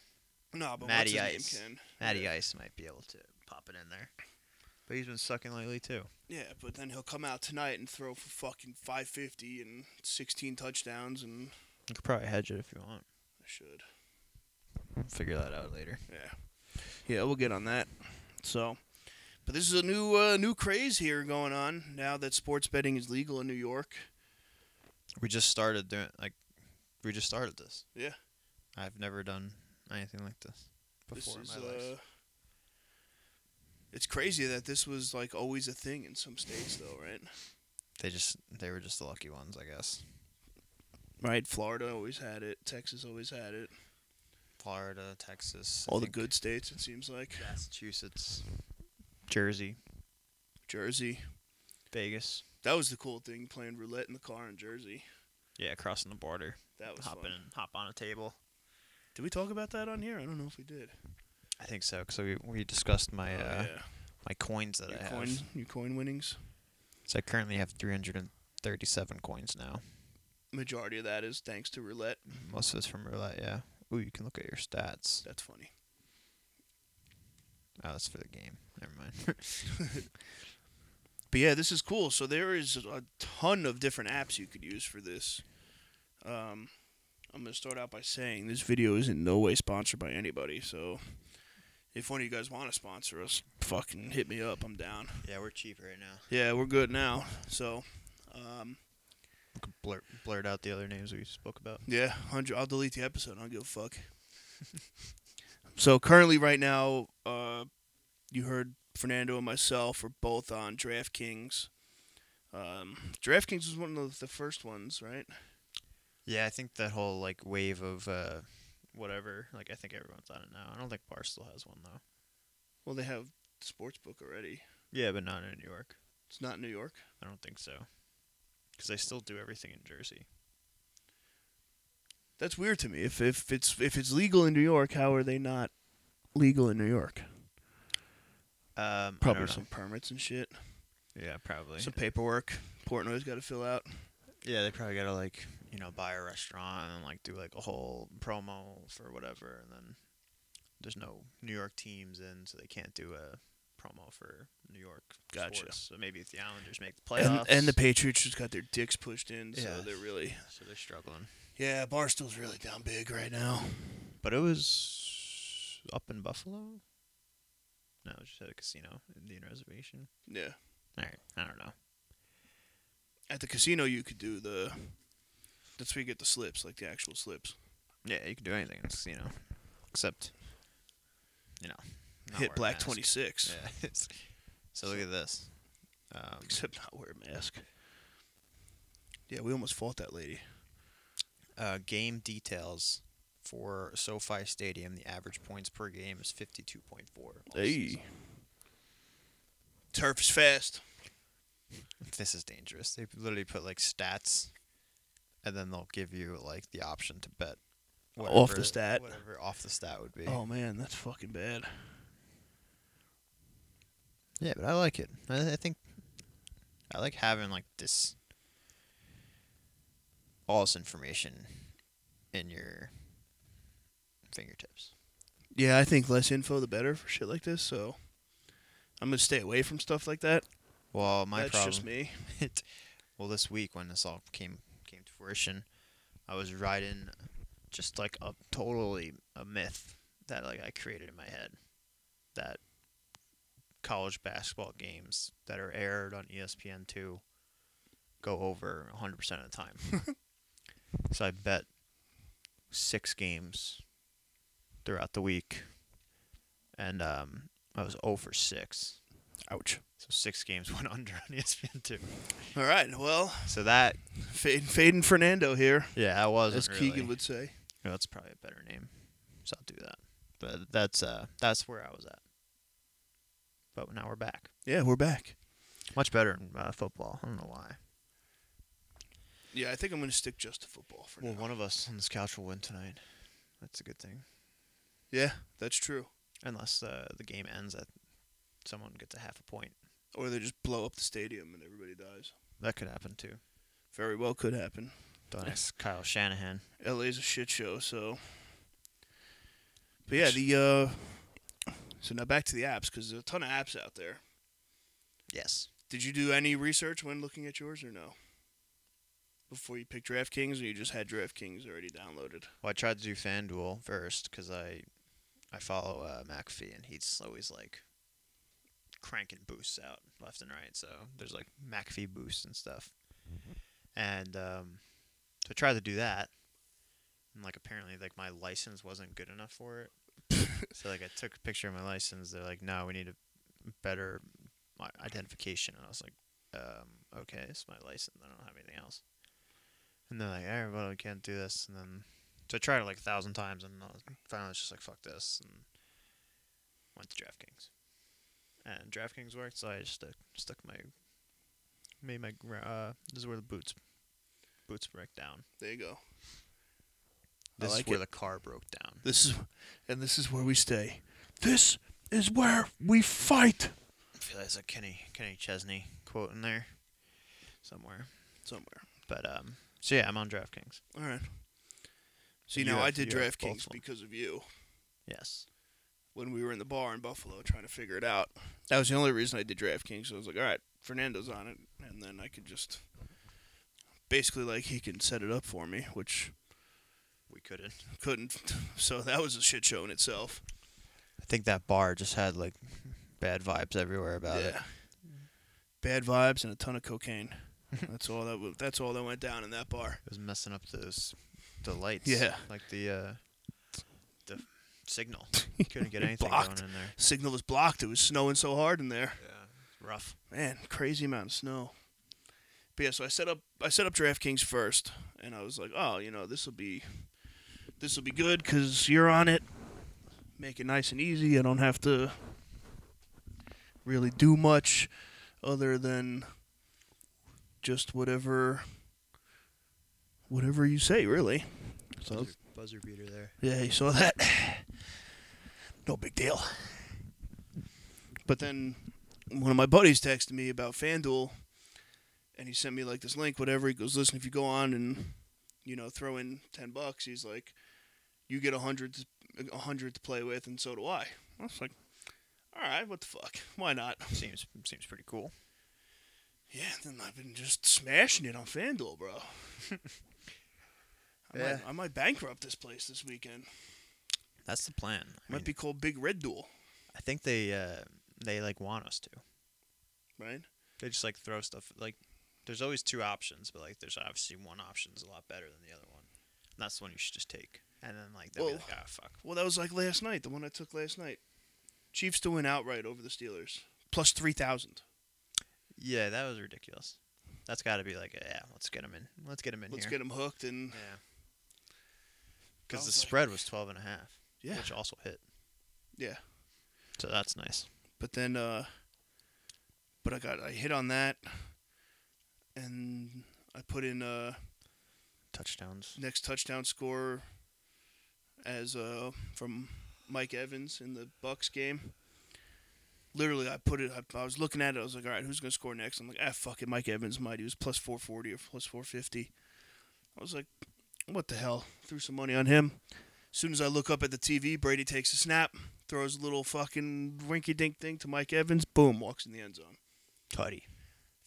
Speaker 2: No, but
Speaker 1: Matty
Speaker 2: what's
Speaker 1: Ice.
Speaker 2: his name can.
Speaker 1: Matty Ice might be able to pop it in there, but he's been sucking lately too.
Speaker 2: Yeah, but then he'll come out tonight and throw for fucking 550 and 16 touchdowns, and
Speaker 1: You could probably hedge it if you want.
Speaker 2: I should.
Speaker 1: Figure that out later.
Speaker 2: Yeah, yeah, we'll get on that. So, but this is a new, uh, new craze here going on now that sports betting is legal in New York.
Speaker 1: We just started doing like we just started this.
Speaker 2: Yeah.
Speaker 1: I've never done anything like this uh, before
Speaker 2: this uh,
Speaker 1: in my life.
Speaker 2: It's crazy that this was like always a thing in some states, though, right?
Speaker 1: They just they were just the lucky ones, I guess.
Speaker 2: Right. Florida always had it. Texas always had it.
Speaker 1: Florida, Texas, I
Speaker 2: All the
Speaker 1: think
Speaker 2: good states, it seems like.
Speaker 1: Massachusetts, Jersey,
Speaker 2: Jersey.
Speaker 1: Vegas.
Speaker 2: That was the cool thing, playing roulette in the car in Jersey.
Speaker 1: Yeah, crossing the border,
Speaker 2: That was
Speaker 1: hop
Speaker 2: fun.
Speaker 1: in, hop on a table.
Speaker 2: Did we talk about that on here? I don't know if we did.
Speaker 1: I think so because we, we discussed my
Speaker 2: Oh,
Speaker 1: uh, my coins that
Speaker 2: Your
Speaker 1: I
Speaker 2: coin,
Speaker 1: have.
Speaker 2: your coin winnings.
Speaker 1: So I currently have 337 coins now.
Speaker 2: Majority of that is thanks to roulette.
Speaker 1: Most of it's from roulette. Yeah. Ooh, you can look at your stats.
Speaker 2: That's funny.
Speaker 1: Oh, that's for the game. Never mind.
Speaker 2: But yeah, this is cool. So there is a ton of different apps you could use for this. Um, I'm gonna start out by saying this video is in no way sponsored by anybody. So if one of you guys want to sponsor us, fucking hit me up. I'm down.
Speaker 1: yeah, we're cheap right now.
Speaker 2: Yeah, we're good now. So, um,
Speaker 1: could blurt, blurt out the other names we spoke about.
Speaker 2: yeah, hundred. I'll delete the episode. I don't give a fuck. so currently, right now, uh, you heard Fernando and myself are both on DraftKings. Um, DraftKings was one of the first ones, right?
Speaker 1: Yeah, I think that whole like wave of uh, whatever. Like I think everyone's on it now. I don't think Barstool has one though.
Speaker 2: Well, they have sportsbook already.
Speaker 1: Yeah, but not in New York.
Speaker 2: It's not New York.
Speaker 1: I don't think so. Because they still do everything in Jersey.
Speaker 2: That's weird to me. If if it's if it's legal in New York, how are they not legal in New York?
Speaker 1: Um,
Speaker 2: Probably some permits and shit,
Speaker 1: Yeah, probably.
Speaker 2: some paperwork. Portnoy's got to fill out.
Speaker 1: yeah, they probably gotta like you know buy a restaurant and like do like a whole promo for whatever, and then there's no New York teams in, so they can't do a promo for New York
Speaker 2: Gotcha.
Speaker 1: sports. So maybe if the Islanders make the
Speaker 2: and,
Speaker 1: playoffs
Speaker 2: and the Patriots just got their dicks pushed in, so
Speaker 1: Yeah.
Speaker 2: they're really
Speaker 1: so they're struggling.
Speaker 2: yeah. Barstool's really down big right now.
Speaker 1: But it was up in Buffalo. No, it just at a casino, Indian reservation.
Speaker 2: Yeah,
Speaker 1: All right, I don't know.
Speaker 2: at the casino you could do the. That's where you get the slips, like the actual slips.
Speaker 1: Yeah, you can do anything in this casino, except you know, not wear
Speaker 2: Hit
Speaker 1: a
Speaker 2: black
Speaker 1: mask.
Speaker 2: twenty six.
Speaker 1: Yeah. it's- so look at this. Um,
Speaker 2: Except not wear a mask. Yeah, we almost fought that lady.
Speaker 1: uh, game details for SoFi Stadium. The average points per game is fifty-two point four.
Speaker 2: Turf is fast.
Speaker 1: this is dangerous. They literally put like stats, and then they'll give you like the option to bet
Speaker 2: Off the
Speaker 1: whatever-
Speaker 2: stat.
Speaker 1: whatever off the stat would be.
Speaker 2: Oh man, that's fucking bad.
Speaker 1: Yeah, but I like it. I, I think I like having like this all this information in your fingertips.
Speaker 2: Yeah, I think less info the better for shit like this, so I'm gonna stay away from stuff like that.
Speaker 1: Well, my
Speaker 2: that's
Speaker 1: problem.
Speaker 2: just me.
Speaker 1: it. Well, this week when this all came came to fruition, I was riding just like a totally a myth that like I created in my head that college basketball games that are aired on E ESPN two go over 100 percent of the time. so I bet six games throughout the week, and um, I was 0 for six.
Speaker 2: Ouch.
Speaker 1: So six games went under on E ESPN two.
Speaker 2: All right, well,
Speaker 1: So that
Speaker 2: fading, fading Fernando here,
Speaker 1: yeah, that wasn't
Speaker 2: as
Speaker 1: really.
Speaker 2: Keegan would say.
Speaker 1: Yeah, that's probably a better name. So I'll do that. But that's uh that's where I was at. But now we're back.
Speaker 2: Yeah, we're back.
Speaker 1: Much better in uh, football. I don't know why.
Speaker 2: Yeah, I think I'm gonna stick just to football for now.
Speaker 1: one of us on this couch will win tonight. That's a good thing.
Speaker 2: Yeah, that's true.
Speaker 1: Unless uh, the game ends at someone gets a half a point.
Speaker 2: Or they just blow up the stadium and everybody dies.
Speaker 1: That could happen too.
Speaker 2: Very well could happen.
Speaker 1: Don't ask Kyle Shanahan.
Speaker 2: LA's a shit show, so. But yeah, the uh, so now back to the apps because there's a ton of apps out there.
Speaker 1: Yes.
Speaker 2: Did you do any research when looking at yours or no? Before you picked DraftKings, or you just had DraftKings already downloaded?
Speaker 1: Well, I tried to do FanDuel first because I, I follow uh, McAfee and he's always like cranking boosts out left and right. So there's like McAfee boosts and stuff. And um, so I tried to do that, and like apparently like my license wasn't good enough for it. so like I took a picture of my license. They're like, no, we need a better i- identification. And I was like, um, okay, it's my license. I don't have anything else. And they're like, all right, well, we can't do this. And then so I tried it like a thousand times, and I was finally was just like, "Fuck this," and went to DraftKings. And DraftKings worked, so I just stuck, stuck my made my gra- uh, this is where the boots boots break down.
Speaker 2: There you go. I
Speaker 1: This
Speaker 2: like
Speaker 1: is where
Speaker 2: it.
Speaker 1: the car broke down.
Speaker 2: This is, and this is where we stay. This is where we fight.
Speaker 1: I feel like it's a Kenny Kenny Chesney quote in there somewhere.
Speaker 2: Somewhere.
Speaker 1: But um, so yeah, I'm on DraftKings.
Speaker 2: All right. See,
Speaker 1: You
Speaker 2: now I
Speaker 1: have-
Speaker 2: did
Speaker 1: you have both
Speaker 2: DraftKings
Speaker 1: of 'em.
Speaker 2: because of you.
Speaker 1: Yes.
Speaker 2: when we were in the bar in Buffalo trying to figure it out. That was the only reason I did DraftKings. I was like, all right, Fernando's on it, and then I could just basically like he can set it up for me, which
Speaker 1: We couldn't.
Speaker 2: I couldn't. So that was a shit show in itself.
Speaker 1: I think that bar just had like bad vibes everywhere about
Speaker 2: yeah.
Speaker 1: it.
Speaker 2: Bad vibes and a ton of cocaine. that's all that. wa- that's all that went down in that bar.
Speaker 1: It was messing up those the lights.
Speaker 2: Yeah.
Speaker 1: Like the uh the signal. Couldn't get anything going in
Speaker 2: Blocked.
Speaker 1: there.
Speaker 2: Signal was blocked. It was snowing so hard in there.
Speaker 1: Yeah. Rough.
Speaker 2: Man, crazy amount of snow. But yeah, so I set up I set up DraftKings first, and I was like, oh, you know, this will be this will be good because you're on it. Make it nice and easy. I don't have to really do much other than just whatever whatever you say, really. So
Speaker 1: buzzer beater there.
Speaker 2: yeah, you saw that. No big deal. But then one of my buddies texted me about FanDuel and he sent me like this link, whatever. He goes, Listen, if you go on and, you know, throw in ten bucks, he's like, You get a hundred to a hundred to play with and so do I. I was like, Alright, what the fuck? Why not?
Speaker 1: Seems seems pretty cool.
Speaker 2: Yeah, then I've been just smashing it on FanDuel, bro. I,
Speaker 1: Yeah.
Speaker 2: might, I might bankrupt this place this weekend.
Speaker 1: That's the plan. I,
Speaker 2: Might
Speaker 1: mean,
Speaker 2: be called Big Red Duel,
Speaker 1: I think they uh they like want us to.
Speaker 2: right?
Speaker 1: They just like throw stuff like there's always two options, but like there's obviously one option's a lot better than the other one. And that's the one you should just take. and then like they'll be
Speaker 2: Well-
Speaker 1: like, ah, fuck.
Speaker 2: Well, that was like last night, the one I took last night. Chiefs to win outright over the Steelers, plus 3,000.
Speaker 1: Yeah, that was ridiculous. That's got to be like, yeah, let's get him in. Let's get him in
Speaker 2: Let's
Speaker 1: here.
Speaker 2: get them hooked and
Speaker 1: yeah.
Speaker 2: I
Speaker 1: Because the
Speaker 2: was like-
Speaker 1: spread was 12 and a half,
Speaker 2: yeah.
Speaker 1: which also hit.
Speaker 2: Yeah.
Speaker 1: So that's nice.
Speaker 2: But then uh but I got I hit on that and I put in uh
Speaker 1: Touchdowns.
Speaker 2: next touchdown score as uh from Mike Evans in the Bucks game. Literally, I put it. I, I was looking at it. I was like, "All right, who's gonna score next?" I'm like, "Ah, fuck it, Mike Evans might." He was plus 440 or plus 450. I was like, "What the hell?" Threw some money on him. As soon as I look up at the TV, Brady takes a snap, throws a little fucking rinky-dink thing to Mike Evans. Boom, walks in the end zone.
Speaker 1: Tutty.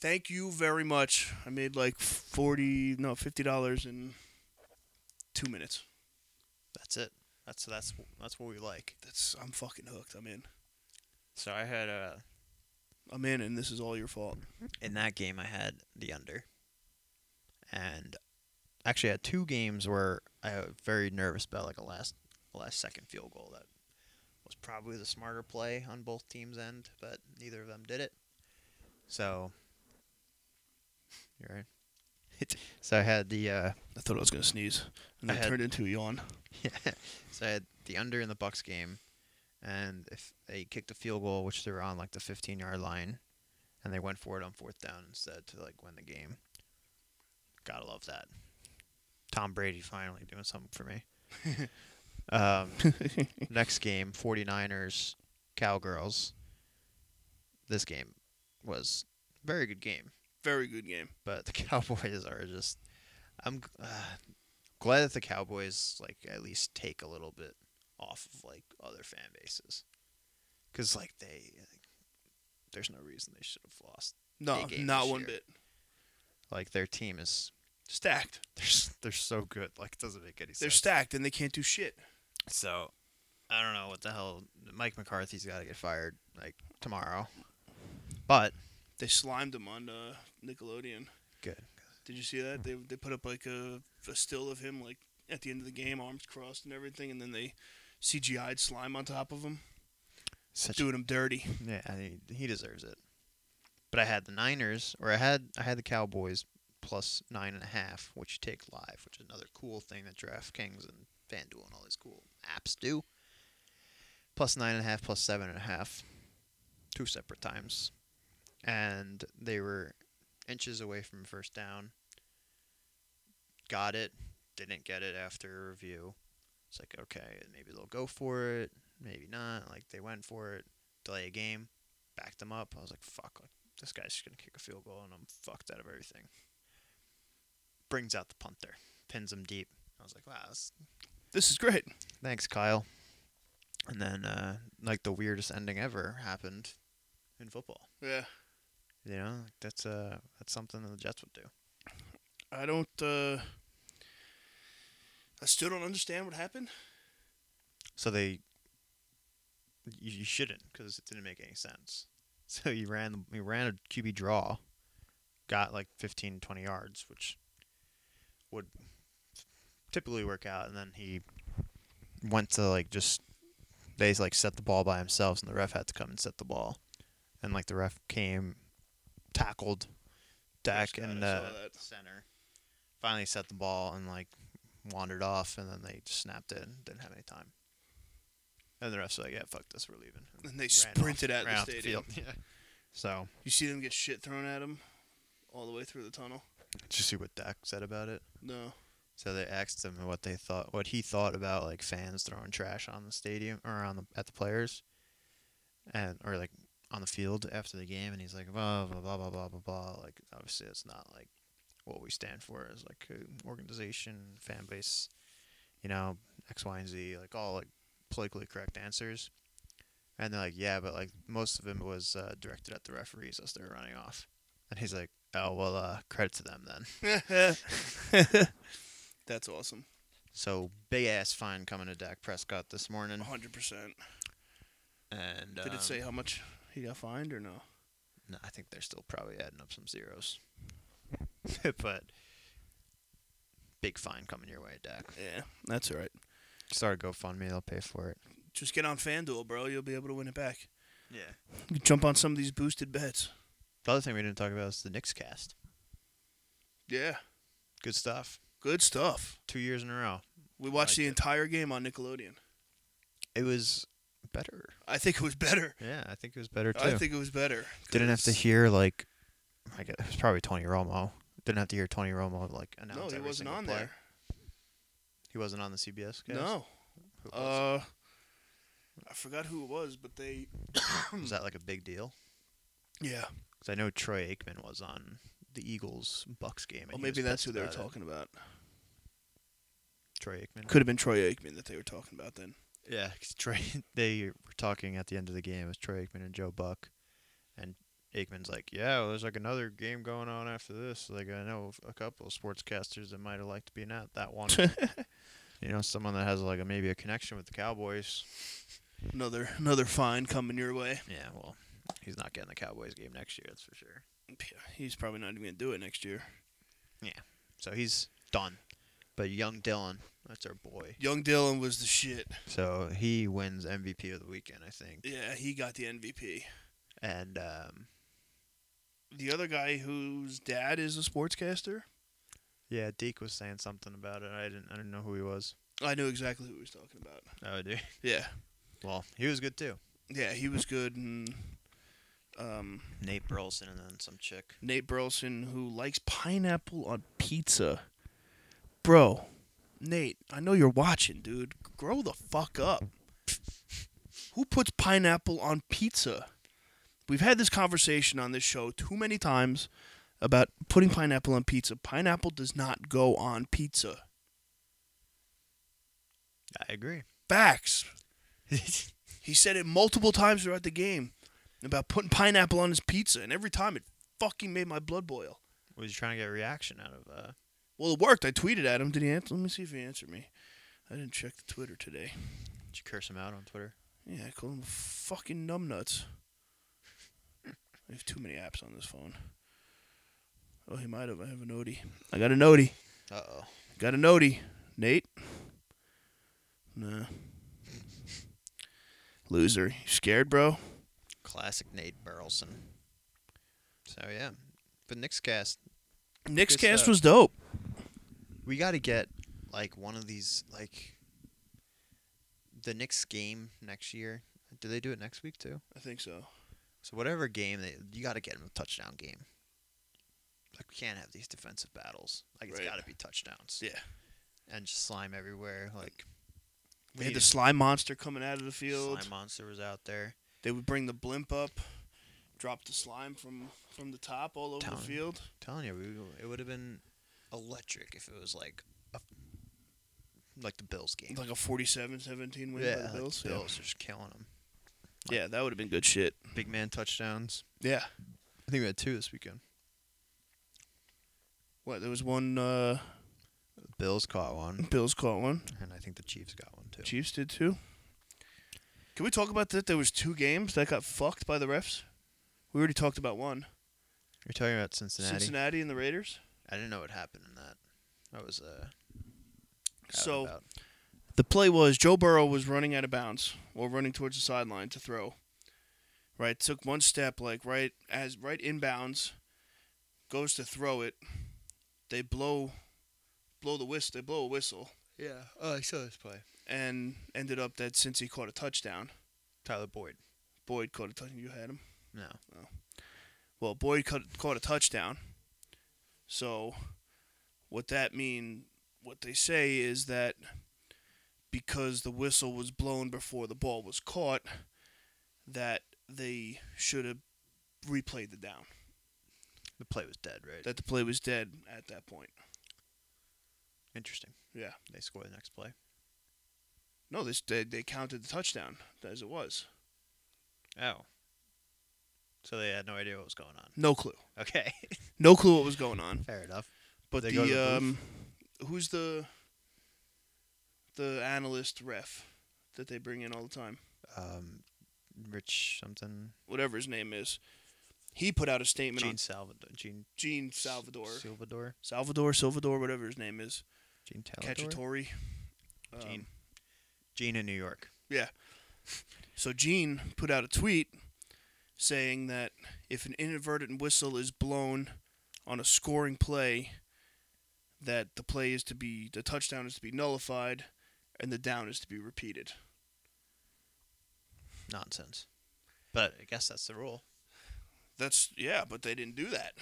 Speaker 2: Thank you very much. I made like forty, no, fifty dollars in two minutes.
Speaker 1: That's it. That's that's that's what we like.
Speaker 2: That's I'm fucking hooked. I'm in.
Speaker 1: So I had uh
Speaker 2: I'm in, and this is all your fault.
Speaker 1: in that game I had the under. And actually I had two games where I was very nervous about like a last a last second field goal that was probably the smarter play on both teams' end, but neither of them did it. So you're right. so I had the uh
Speaker 2: I thought I was gonna sneeze, and
Speaker 1: I
Speaker 2: it
Speaker 1: had-
Speaker 2: turned into a yawn.
Speaker 1: Yeah. So I had the under in the Bucks game, and if they kicked a field goal, which they were on like the 15 yard line, and they went for it on fourth down instead to like win the game. Gotta love that. Tom Brady finally doing something for me. um, next game, 49ers, Cowgirls. This game was a very good game
Speaker 2: Very good game.
Speaker 1: but the Cowboys are just. I'm uh, glad that the Cowboys like at least take a little bit off of like other fan bases, because like they, there's no reason they should have lost.
Speaker 2: No,
Speaker 1: Big game
Speaker 2: not
Speaker 1: this
Speaker 2: one
Speaker 1: year.
Speaker 2: bit.
Speaker 1: Like their team is
Speaker 2: Stacked.
Speaker 1: they're s- they're so good. Like it doesn't make any
Speaker 2: They're
Speaker 1: sense.
Speaker 2: stacked, and they can't do shit.
Speaker 1: so I don't know what the hell. Mike McCarthy's got to get fired like tomorrow, but
Speaker 2: They slimed him on uh, Nickelodeon.
Speaker 1: good.
Speaker 2: Did you see that? They they put up like a, a still of him like at the end of the game, arms crossed and everything, and then they CGI'd slime on top of him,
Speaker 1: Such
Speaker 2: doing him dirty.
Speaker 1: Yeah, I mean, he deserves it. But I had the Niners, or I had I had the Cowboys plus nine and a half, which you take live, which is another cool thing that DraftKings and FanDuel and all these cool apps do. Plus nine and a half, plus seven and a half, two separate times, and they were inches away from first down. Got it, didn't get it after a review. It's like okay, maybe they'll go for it, maybe not. Like they went for it delay a game, backed them up. I was like, fuck, like, this guy's just going to kick a field goal, and I'm fucked out of everything. Brings out the punter, pins him deep. I was like, wow, that's,
Speaker 2: This is great.
Speaker 1: thanks, Kyle. And then, uh, like, the weirdest ending ever happened in football.
Speaker 2: Yeah,
Speaker 1: You know, like, that's uh, that's something that the Jets would do.
Speaker 2: I don't. uh I still don't understand what happened.
Speaker 1: So they, you, you shouldn't, because it didn't make any sense. So you ran, you ran a QB draw, got like 15, 20 yards, which would typically work out, and then he went to like just they like set the ball by themselves, and the ref had to come and set the ball, and like the ref came, tackled Dak
Speaker 2: God,
Speaker 1: and
Speaker 2: I
Speaker 1: uh,
Speaker 2: saw that.
Speaker 1: center, finally set the ball and like wandered off, and then they just snapped it and didn't have any time. And the refs were like, "Yeah, fuck this, we're leaving."
Speaker 2: And they
Speaker 1: ran off-
Speaker 2: sprinted out of the
Speaker 1: ran
Speaker 2: stadium.
Speaker 1: field. Yeah. So
Speaker 2: You see them get shit thrown at them, all the way through the tunnel.
Speaker 1: did you see what Dak said about it?
Speaker 2: No,
Speaker 1: So they asked him what they thought, what he thought about like fans throwing trash on the stadium or on the at the players, and or like on the field after the game, and he's like, blah blah blah blah blah blah blah. Like obviously it's not like what we stand for as like a organization, fan base, you know, X, Y, and Z, like all like politically correct answers. And they're like, yeah, but like most of it was uh, directed at the referees as they were running off. And he's like, oh well, uh, credit to them then.
Speaker 2: that's awesome.
Speaker 1: So big ass fine coming to Dak Prescott this morning.
Speaker 2: hundred percent.
Speaker 1: And
Speaker 2: Did
Speaker 1: um,
Speaker 2: it say how much he got fined or no?
Speaker 1: No, I think they're still probably adding up some zeros. but big fine coming your way, Dak.
Speaker 2: Yeah, that's all right.
Speaker 1: Start a GoFundMe. They'll pay for it.
Speaker 2: Just get on FanDuel, bro. You'll be able to win it back.
Speaker 1: Yeah.
Speaker 2: You can jump on some of these boosted bets.
Speaker 1: The other thing we didn't talk about is the Knicks cast.
Speaker 2: Yeah,
Speaker 1: Good stuff.
Speaker 2: good stuff.
Speaker 1: Two years in a row.
Speaker 2: We watched
Speaker 1: liked
Speaker 2: the
Speaker 1: it.
Speaker 2: entire game on Nickelodeon.
Speaker 1: It was better.
Speaker 2: I think it was better.
Speaker 1: Yeah, I think it was better too.
Speaker 2: I think it was better.
Speaker 1: Didn't have to
Speaker 2: 'cause-
Speaker 1: hear like, I guess it was probably Tony Romo. Didn't have to hear Tony Romo like announce.
Speaker 2: No, he
Speaker 1: every
Speaker 2: wasn't
Speaker 1: single
Speaker 2: on
Speaker 1: play.
Speaker 2: there.
Speaker 1: He wasn't on the CBS. Cast?
Speaker 2: No.
Speaker 1: Who was?
Speaker 2: Uh, I forgot who it was, but they. Um,
Speaker 1: was that like a big deal?
Speaker 2: Yeah.
Speaker 1: Because I know Troy Aikman was on the Eagles Bucks game. and
Speaker 2: Well,
Speaker 1: he
Speaker 2: maybe
Speaker 1: was pissed
Speaker 2: that's who they were
Speaker 1: about it.
Speaker 2: talking about.
Speaker 1: Troy Aikman.
Speaker 2: Could have been Troy Aikman that they were talking about then.
Speaker 1: Yeah, 'cause Troy. They were talking at the end of the game. It was Troy Aikman and Joe Buck, and Aikman's like, "Yeah, well, there's like another game going on after this. Like, I know of a couple of sportscasters that might have liked to be in that that one. you know, someone that has like a, maybe a connection with the Cowboys.
Speaker 2: Another another fine coming your way.
Speaker 1: Yeah, well, he's not getting the Cowboys game next year. That's for sure.
Speaker 2: He's probably not even going to do it next year.
Speaker 1: So he's done. But young Dylan, that's our boy.
Speaker 2: Young Dylan was the shit.
Speaker 1: So he wins MVP of the weekend, I think.
Speaker 2: Yeah, he got the MVP.
Speaker 1: And um,
Speaker 2: The other guy whose dad is a sportscaster,
Speaker 1: yeah, Deke was saying something about it. I didn't. I didn't know who he was.
Speaker 2: I knew exactly who he was talking about.
Speaker 1: Oh, dude.
Speaker 2: Yeah.
Speaker 1: Well, he was good too.
Speaker 2: Yeah, he was good. And um,
Speaker 1: Nate Burleson and then some chick.
Speaker 2: Nate Burleson, who likes pineapple on pizza. Bro, Nate, I know you're watching, dude. Grow the fuck up. Who puts pineapple on pizza? We've had this conversation on this show too many times about putting pineapple on pizza. Pineapple does not go on pizza.
Speaker 1: I agree.
Speaker 2: Facts. He said it multiple times throughout the game about putting pineapple on his pizza, and every time it fucking made my blood boil.
Speaker 1: was trying to get a reaction out of. Uh,
Speaker 2: Well, it worked. I tweeted at him. Did he answer? Let me see if he answered me. I didn't check the Twitter today.
Speaker 1: did you curse him out on Twitter?
Speaker 2: Yeah, I called him fucking numbnuts. I have too many apps on this phone. Oh, he might have. I have a noti. I got a noti.
Speaker 1: Uh oh.
Speaker 2: Got a noti. Nate? Nah. Loser. You scared, bro?
Speaker 1: Classic Nate Burleson. So yeah, but Nick's cast.
Speaker 2: Nick's
Speaker 1: Good
Speaker 2: cast
Speaker 1: stuff.
Speaker 2: was dope.
Speaker 1: We got to get like one of these like the Knicks game next year. Do they do it next week too?
Speaker 2: I think so.
Speaker 1: So whatever game they you got to get him a touchdown game. Like we can't have these defensive battles. Like it's
Speaker 2: Right.
Speaker 1: got to be touchdowns.
Speaker 2: Yeah.
Speaker 1: And just slime everywhere. Like
Speaker 2: They had
Speaker 1: need
Speaker 2: the
Speaker 1: a
Speaker 2: slime monster coming out of the field.
Speaker 1: slime monster was out there.
Speaker 2: They would bring the blimp up, drop the slime from from the top all over
Speaker 1: Down.
Speaker 2: the field.
Speaker 1: telling you, we, it would have been electric if it was like a, like the Bills game.
Speaker 2: Like a 47-17 win
Speaker 1: yeah,
Speaker 2: by
Speaker 1: like
Speaker 2: the Bills.
Speaker 1: Bills are just killing them.
Speaker 2: yeah. yeah, that would have been good shit.
Speaker 1: Big man touchdowns.
Speaker 2: Yeah.
Speaker 1: I think we had two this weekend.
Speaker 2: What? There was one uh
Speaker 1: The Bills caught one,
Speaker 2: Bills caught one.
Speaker 1: and I think the Chiefs got one too.
Speaker 2: Chiefs did too. Can we talk about that? There was two games that got fucked by the refs. We already talked about one.
Speaker 1: You're talking about Cincinnati.
Speaker 2: Cincinnati and the Raiders.
Speaker 1: I didn't know what happened in that. That was uh. out and
Speaker 2: So-
Speaker 1: about.
Speaker 2: The play was Joe Burrow was running out of bounds or running towards the sideline to throw. Right, took one step like right as right inbounds, goes to throw it. They blow, blow the whistle. They blow a whistle,
Speaker 1: yeah, oh, I saw this play.
Speaker 2: and ended up that since he caught a touchdown,
Speaker 1: Tyler Boyd.
Speaker 2: Boyd caught a touchdown. You had him. Oh.
Speaker 1: No,
Speaker 2: Well, Boyd caught, caught a touchdown. So, what that mean? What they say is that because the whistle was blown before the ball was caught, that they should have replayed the down.
Speaker 1: the play was dead, right?
Speaker 2: That the play was dead at that point.
Speaker 1: Interesting.
Speaker 2: Yeah.
Speaker 1: They scored the next play.
Speaker 2: No, this they, they counted the touchdown as it was.
Speaker 1: Oh. So they had no idea what was going on.
Speaker 2: No clue.
Speaker 1: Okay,
Speaker 2: No clue what was going on.
Speaker 1: fair enough.
Speaker 2: But
Speaker 1: They
Speaker 2: the,
Speaker 1: go to the
Speaker 2: um, who's the the analyst ref that they bring in all the time?
Speaker 1: um, Rich something.
Speaker 2: whatever his name is, he put out a statement
Speaker 1: Gene
Speaker 2: on
Speaker 1: Salvador. Gene
Speaker 2: Gene Salvador,
Speaker 1: Salvador.
Speaker 2: Salvador, Salvador, whatever his name is,
Speaker 1: Gene Talador.
Speaker 2: Cacciatore. Um,
Speaker 1: Gene. Gene in New York.
Speaker 2: So Gene put out a tweet saying that if an inadvertent whistle is blown on a scoring play, that the play is to be the touchdown is to be nullified, and the down is to be repeated.
Speaker 1: Nonsense. But I guess that's the rule.
Speaker 2: That's yeah, but they didn't do that.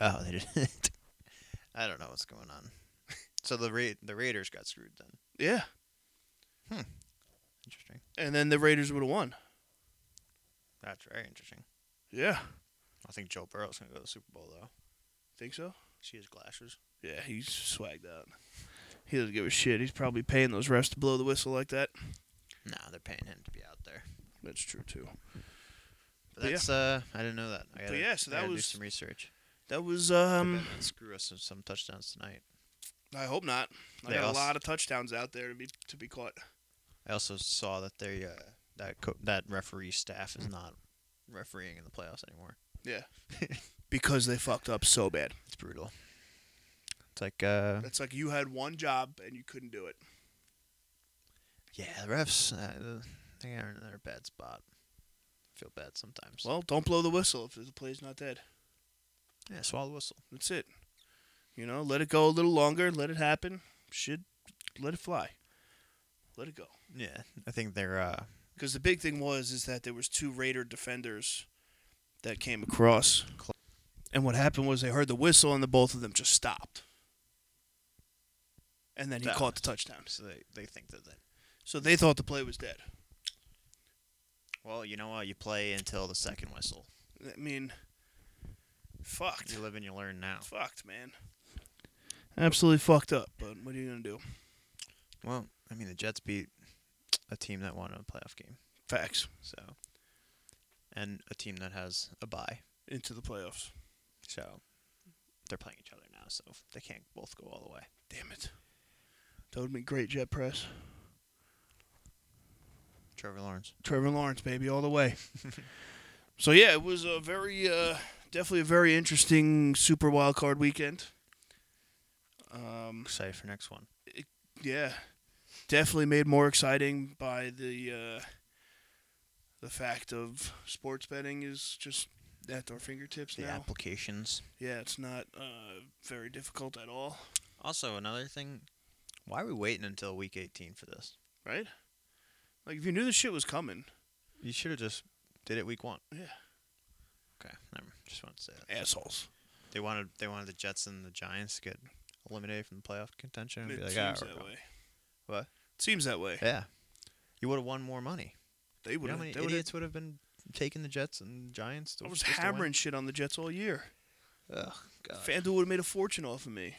Speaker 1: Oh, they didn't. I don't know what's going on. So the Ra- the Raiders got screwed then.
Speaker 2: Yeah,
Speaker 1: Interesting.
Speaker 2: and then the Raiders would have won.
Speaker 1: That's very interesting.
Speaker 2: Yeah,
Speaker 1: I think Joe Burrow's gonna go to the Super Bowl though.
Speaker 2: think so.
Speaker 1: See his glasses.
Speaker 2: Yeah, he's swagged out. He doesn't give a shit. He's probably paying those refs to blow the whistle like that.
Speaker 1: Nah, they're paying him to be out there.
Speaker 2: That's true too.
Speaker 1: But
Speaker 2: But yeah.
Speaker 1: that's uh, I didn't know that. I gotta,
Speaker 2: yeah, so
Speaker 1: I
Speaker 2: that
Speaker 1: gotta
Speaker 2: was-
Speaker 1: do some research.
Speaker 2: That was
Speaker 1: They
Speaker 2: um.
Speaker 1: better not screw us with some touchdowns tonight.
Speaker 2: I hope not. I
Speaker 1: They
Speaker 2: got a
Speaker 1: also-
Speaker 2: lot of touchdowns out there to be to be caught.
Speaker 1: I also saw that they uh, that co- that referee staff is not refereeing in the playoffs anymore.
Speaker 2: because they fucked up so bad.
Speaker 1: It's brutal. It's like uh,
Speaker 2: It's like you had one job and you couldn't do it.
Speaker 1: yeah, the refs uh, they are in their bad spot. I feel bad sometimes.
Speaker 2: Well, don't blow the whistle if the play's not dead.
Speaker 1: yeah, swallow the whistle.
Speaker 2: That's it. You know, let it go a little longer. Let it happen. Shit, let it fly. Let it go.
Speaker 1: Yeah, I think they're uh,
Speaker 2: Because the big thing was is that there was two Raider defenders that came across, and what happened was they heard the whistle and the both of them just stopped. And then he
Speaker 1: That-
Speaker 2: caught the touchdown.
Speaker 1: so they they think that they,
Speaker 2: So they thought the play was dead.
Speaker 1: well, you know what, you play until the second whistle.
Speaker 2: I mean, fucked.
Speaker 1: You live and you learn now.
Speaker 2: Fucked, man. Absolutely fucked up, but what are you going to do?
Speaker 1: Well, I mean the Jets beat a team that won a playoff game,
Speaker 2: Facts.
Speaker 1: so and a team that has a bye.
Speaker 2: Into the playoffs.
Speaker 1: So they're playing each other now, so they can't both go all the way.
Speaker 2: Damn it. That would have been great, Jet Press.
Speaker 1: Trevor Lawrence.
Speaker 2: Trevor Lawrence, baby, all the way. so, yeah, it was a very, uh, definitely a very interesting Super Wild Card weekend. Um,
Speaker 1: Excited for next one.
Speaker 2: yeah, definitely made more exciting by the uh, the fact of sports betting is just at our fingertips
Speaker 1: The
Speaker 2: now.
Speaker 1: applications.
Speaker 2: Yeah, it's not uh, very difficult at all,
Speaker 1: Also another thing, why are we waiting until week eighteen for this?
Speaker 2: right? Like if you knew this shit was coming,
Speaker 1: You should have just did it week one.
Speaker 2: Yeah.
Speaker 1: Okay. I just wanted to say that.
Speaker 2: assholes.
Speaker 1: They wanted they wanted the Jets and the Giants to get eliminated from the playoff contention and
Speaker 2: It
Speaker 1: be like, "Ah,
Speaker 2: seems
Speaker 1: we're
Speaker 2: that
Speaker 1: going."
Speaker 2: way.
Speaker 1: What?
Speaker 2: It seems that way.
Speaker 1: Yeah. You would have won more money.
Speaker 2: They
Speaker 1: You
Speaker 2: would
Speaker 1: know
Speaker 2: have.
Speaker 1: how many idiots would have been taking the Jets and Giants? To
Speaker 2: I was
Speaker 1: just to win?
Speaker 2: hammering shit on the Jets all year.
Speaker 1: Ugh, God.
Speaker 2: FanDuel would have made a fortune off of me.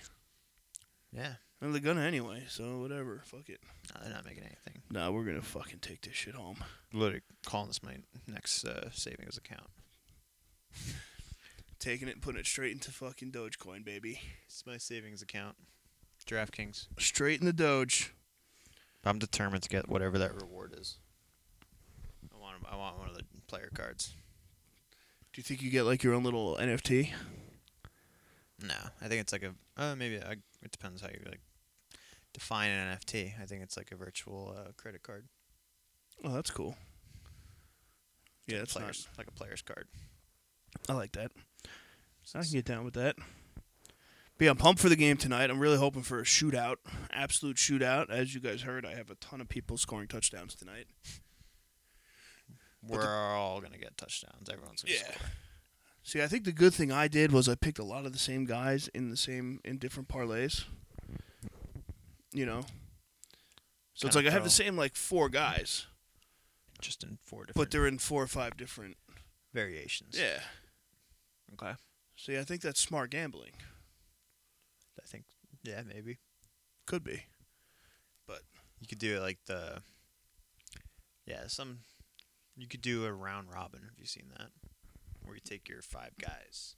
Speaker 1: yeah.
Speaker 2: And they're gonna anyway, so whatever. Fuck it.
Speaker 1: No, they're not making anything.
Speaker 2: Nah, we're gonna fucking take this shit home.
Speaker 1: Literally calling this my next uh, savings account.
Speaker 2: Taking it and putting it straight into fucking Dogecoin, baby.
Speaker 1: It's my savings account. DraftKings.
Speaker 2: Straight in the Doge.
Speaker 1: I'm determined to get whatever that reward is. I want I want one of the player cards.
Speaker 2: Do you think you get like your own little NFT?
Speaker 1: No, I think it's like a uh, maybe a, it depends how you like define an NFT. I think it's like a virtual uh, credit card.
Speaker 2: Oh, that's cool. Yeah, that's nice.
Speaker 1: players like a player's card.
Speaker 2: I like that. I can get down with that. But yeah, I'm pumped for the game tonight. I'm really hoping for a shootout, absolute shootout. As you guys heard, I have a ton of people scoring touchdowns tonight.
Speaker 1: We're all gonna get touchdowns. Everyone's gonna
Speaker 2: Yeah.
Speaker 1: score.
Speaker 2: See, I think the good thing I did was I picked a lot of the same guys in the same in different parlays. You know, so it's
Speaker 1: Kinda
Speaker 2: like I have
Speaker 1: throw.
Speaker 2: the same like four guys,
Speaker 1: Just in four different
Speaker 2: but they're in four or five different.
Speaker 1: variations.
Speaker 2: Yeah.
Speaker 1: Okay.
Speaker 2: See, I think that's smart gambling.
Speaker 1: I think yeah maybe
Speaker 2: Could be.
Speaker 1: you could do it like the yeah some you could do a round robin. Have you seen that? Where you take your five guys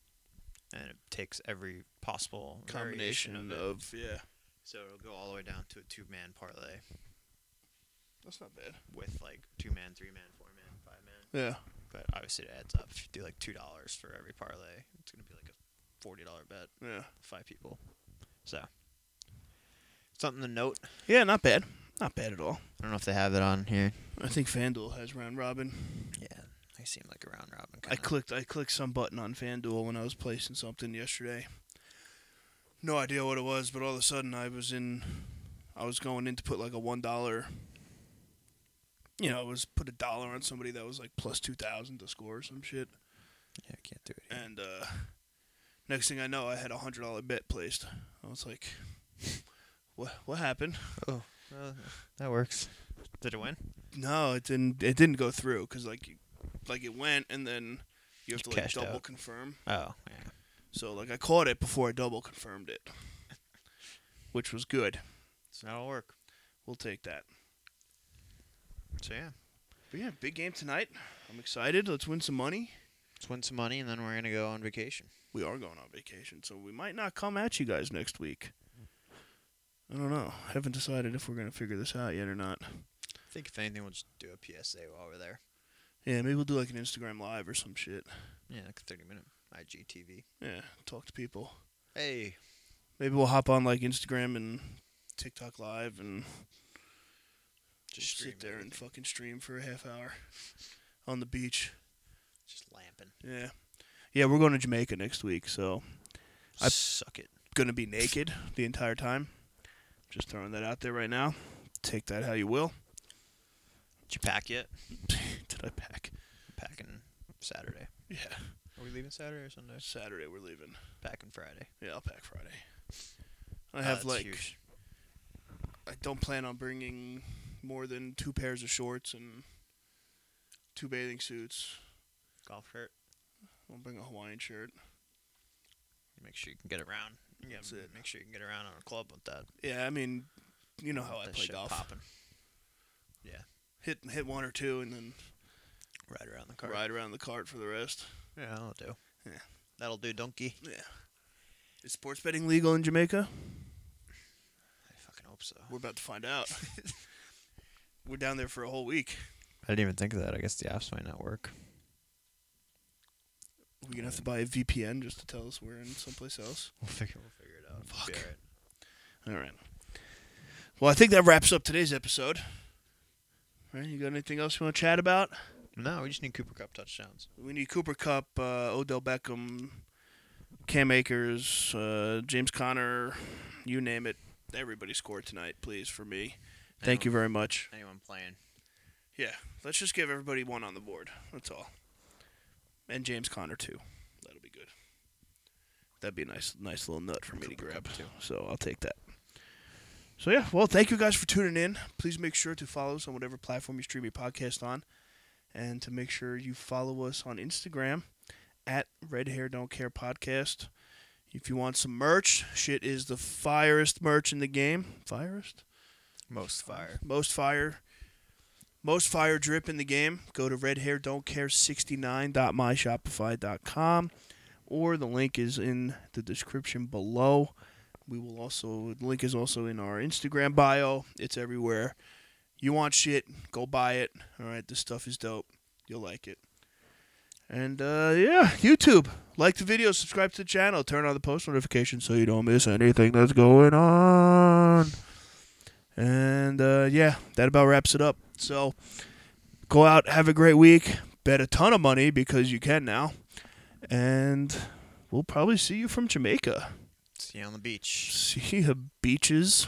Speaker 1: and it takes every possible variation
Speaker 2: Combination
Speaker 1: of it.
Speaker 2: of yeah.
Speaker 1: So it'll go all the way down to a two man parlay
Speaker 2: That's not bad.
Speaker 1: with like two man, three man, four man, five man.
Speaker 2: Yeah.
Speaker 1: But obviously it adds up. If you do like two dollars for every parlay, it's gonna be like a forty dollar bet,
Speaker 2: Yeah.
Speaker 1: five people. So something to note.
Speaker 2: Yeah, not bad. Not bad at all.
Speaker 1: I don't know if they have it on here.
Speaker 2: I think FanDuel has round robin.
Speaker 1: Yeah, they seem like a round robin.
Speaker 2: I clicked I clicked some button on FanDuel when I was placing something yesterday. No idea what it was, but all of a sudden I was in I was going in to put like a one dollar you know, I was put a dollar on somebody that was like plus two thousand to score or some shit.
Speaker 1: yeah, I can't do it.
Speaker 2: And uh next thing I know I had a hundred dollar bet placed. I was like What what happened?
Speaker 1: Well, that works. Uh, Did it win?
Speaker 2: No, it didn't it didn't go through cuz like you- like it went and then you
Speaker 1: You
Speaker 2: have to like
Speaker 1: cashed
Speaker 2: double
Speaker 1: out.
Speaker 2: confirm.
Speaker 1: Oh, yeah.
Speaker 2: So like I caught it before I double confirmed it, which was good.
Speaker 1: So that'll work.
Speaker 2: We'll take that.
Speaker 1: So yeah,
Speaker 2: But yeah, big game tonight. I'm excited. Let's win some money.
Speaker 1: let's win some money and then we're gonna go on vacation.
Speaker 2: We are going on vacation, so we might not come at you guys next week. I don't know. I haven't decided if we're gonna figure this out yet or not.
Speaker 1: I think if anything, we'll just do a PSA while we're there.
Speaker 2: Yeah, maybe we'll do like an Instagram live or some shit.
Speaker 1: Yeah, like a thirty minute IGTV.
Speaker 2: Yeah, talk to people.
Speaker 1: Hey,
Speaker 2: Maybe we'll hop on like Instagram and TikTok live and
Speaker 1: just
Speaker 2: just
Speaker 1: stream
Speaker 2: sit there and
Speaker 1: everything.
Speaker 2: fucking stream for a half hour on the beach.
Speaker 1: just lamping.
Speaker 2: Yeah. Yeah, we're going to Jamaica next week, so I-
Speaker 1: suck it.
Speaker 2: going to be naked the entire time. Just throwing that out there right now. Take that how you will.
Speaker 1: Did you pack yet?
Speaker 2: Did I pack?
Speaker 1: Packing Saturday.
Speaker 2: Yeah.
Speaker 1: Are we leaving Saturday or Sunday?
Speaker 2: Saturday we're leaving.
Speaker 1: Packing Friday.
Speaker 2: Yeah, I'll pack Friday. I
Speaker 1: Oh,
Speaker 2: have
Speaker 1: that's
Speaker 2: like
Speaker 1: huge.
Speaker 2: I don't plan on bringing more than two pairs of shorts and two bathing suits.
Speaker 1: golf shirt.
Speaker 2: I'll bring a Hawaiian shirt.
Speaker 1: Make sure you can get around. Yeah,
Speaker 2: That's it.
Speaker 1: make sure you can get around on a club with that.
Speaker 2: Yeah, I mean, you know how I
Speaker 1: that
Speaker 2: play
Speaker 1: shit
Speaker 2: golf.
Speaker 1: Popping
Speaker 2: Hit hit one or two and then
Speaker 1: right around the cart.
Speaker 2: ride around the cart for the rest.
Speaker 1: Yeah, that'll do.
Speaker 2: Yeah.
Speaker 1: that'll do, donkey.
Speaker 2: Yeah. Is sports betting legal in Jamaica?
Speaker 1: I fucking hope so.
Speaker 2: We're about to find out. We're down there for a whole week.
Speaker 1: I didn't even think of that. I guess the apps might not work.
Speaker 2: We're gonna have to buy a VPN just to tell us we're in someplace else.
Speaker 1: We'll figure. We'll figure it out.
Speaker 2: Fuck.
Speaker 1: Be all right.
Speaker 2: All right. Well, I think that wraps up today's episode. All right, you got anything else you want to chat about?
Speaker 1: No, we just need Cooper Cup touchdowns.
Speaker 2: We need Cooper Cup, uh, Odell Beckham, Cam Akers, uh, James Conner, you name it. Everybody scored tonight, please, for me. Thank you very much.
Speaker 1: Anyone playing?
Speaker 2: Yeah, let's just give everybody one on the board. That's all. And James Conner too. That'll be good. That'd be a nice, nice little nut for me to
Speaker 1: Cooper
Speaker 2: grab.
Speaker 1: Kupp, too.
Speaker 2: So I'll take that. So yeah, well, thank you guys for tuning in. Please make sure to follow us on whatever platform you stream your podcast on, and to make sure you follow us on Instagram at Red Hair Don't Care Podcast. If you want some merch, shit is the firest merch in the game. Firest.
Speaker 1: Most fire.
Speaker 2: Most fire. Most fire drip in the game. Go to redhairdon'tcare69.myshopify.com or the link is in the description below. We will also the link is also in our Instagram bio. It's everywhere. You want shit, go buy it. All right, this stuff is dope. You'll like it. And uh, yeah, YouTube. Like the video, subscribe to the channel, turn on the post notifications so you don't miss anything that's going on. And uh, yeah, that about wraps it up. So go out, have a great week, bet a ton of money because you can now. And we'll probably see you from Jamaica.
Speaker 1: See you on the beach.
Speaker 2: See you, beaches.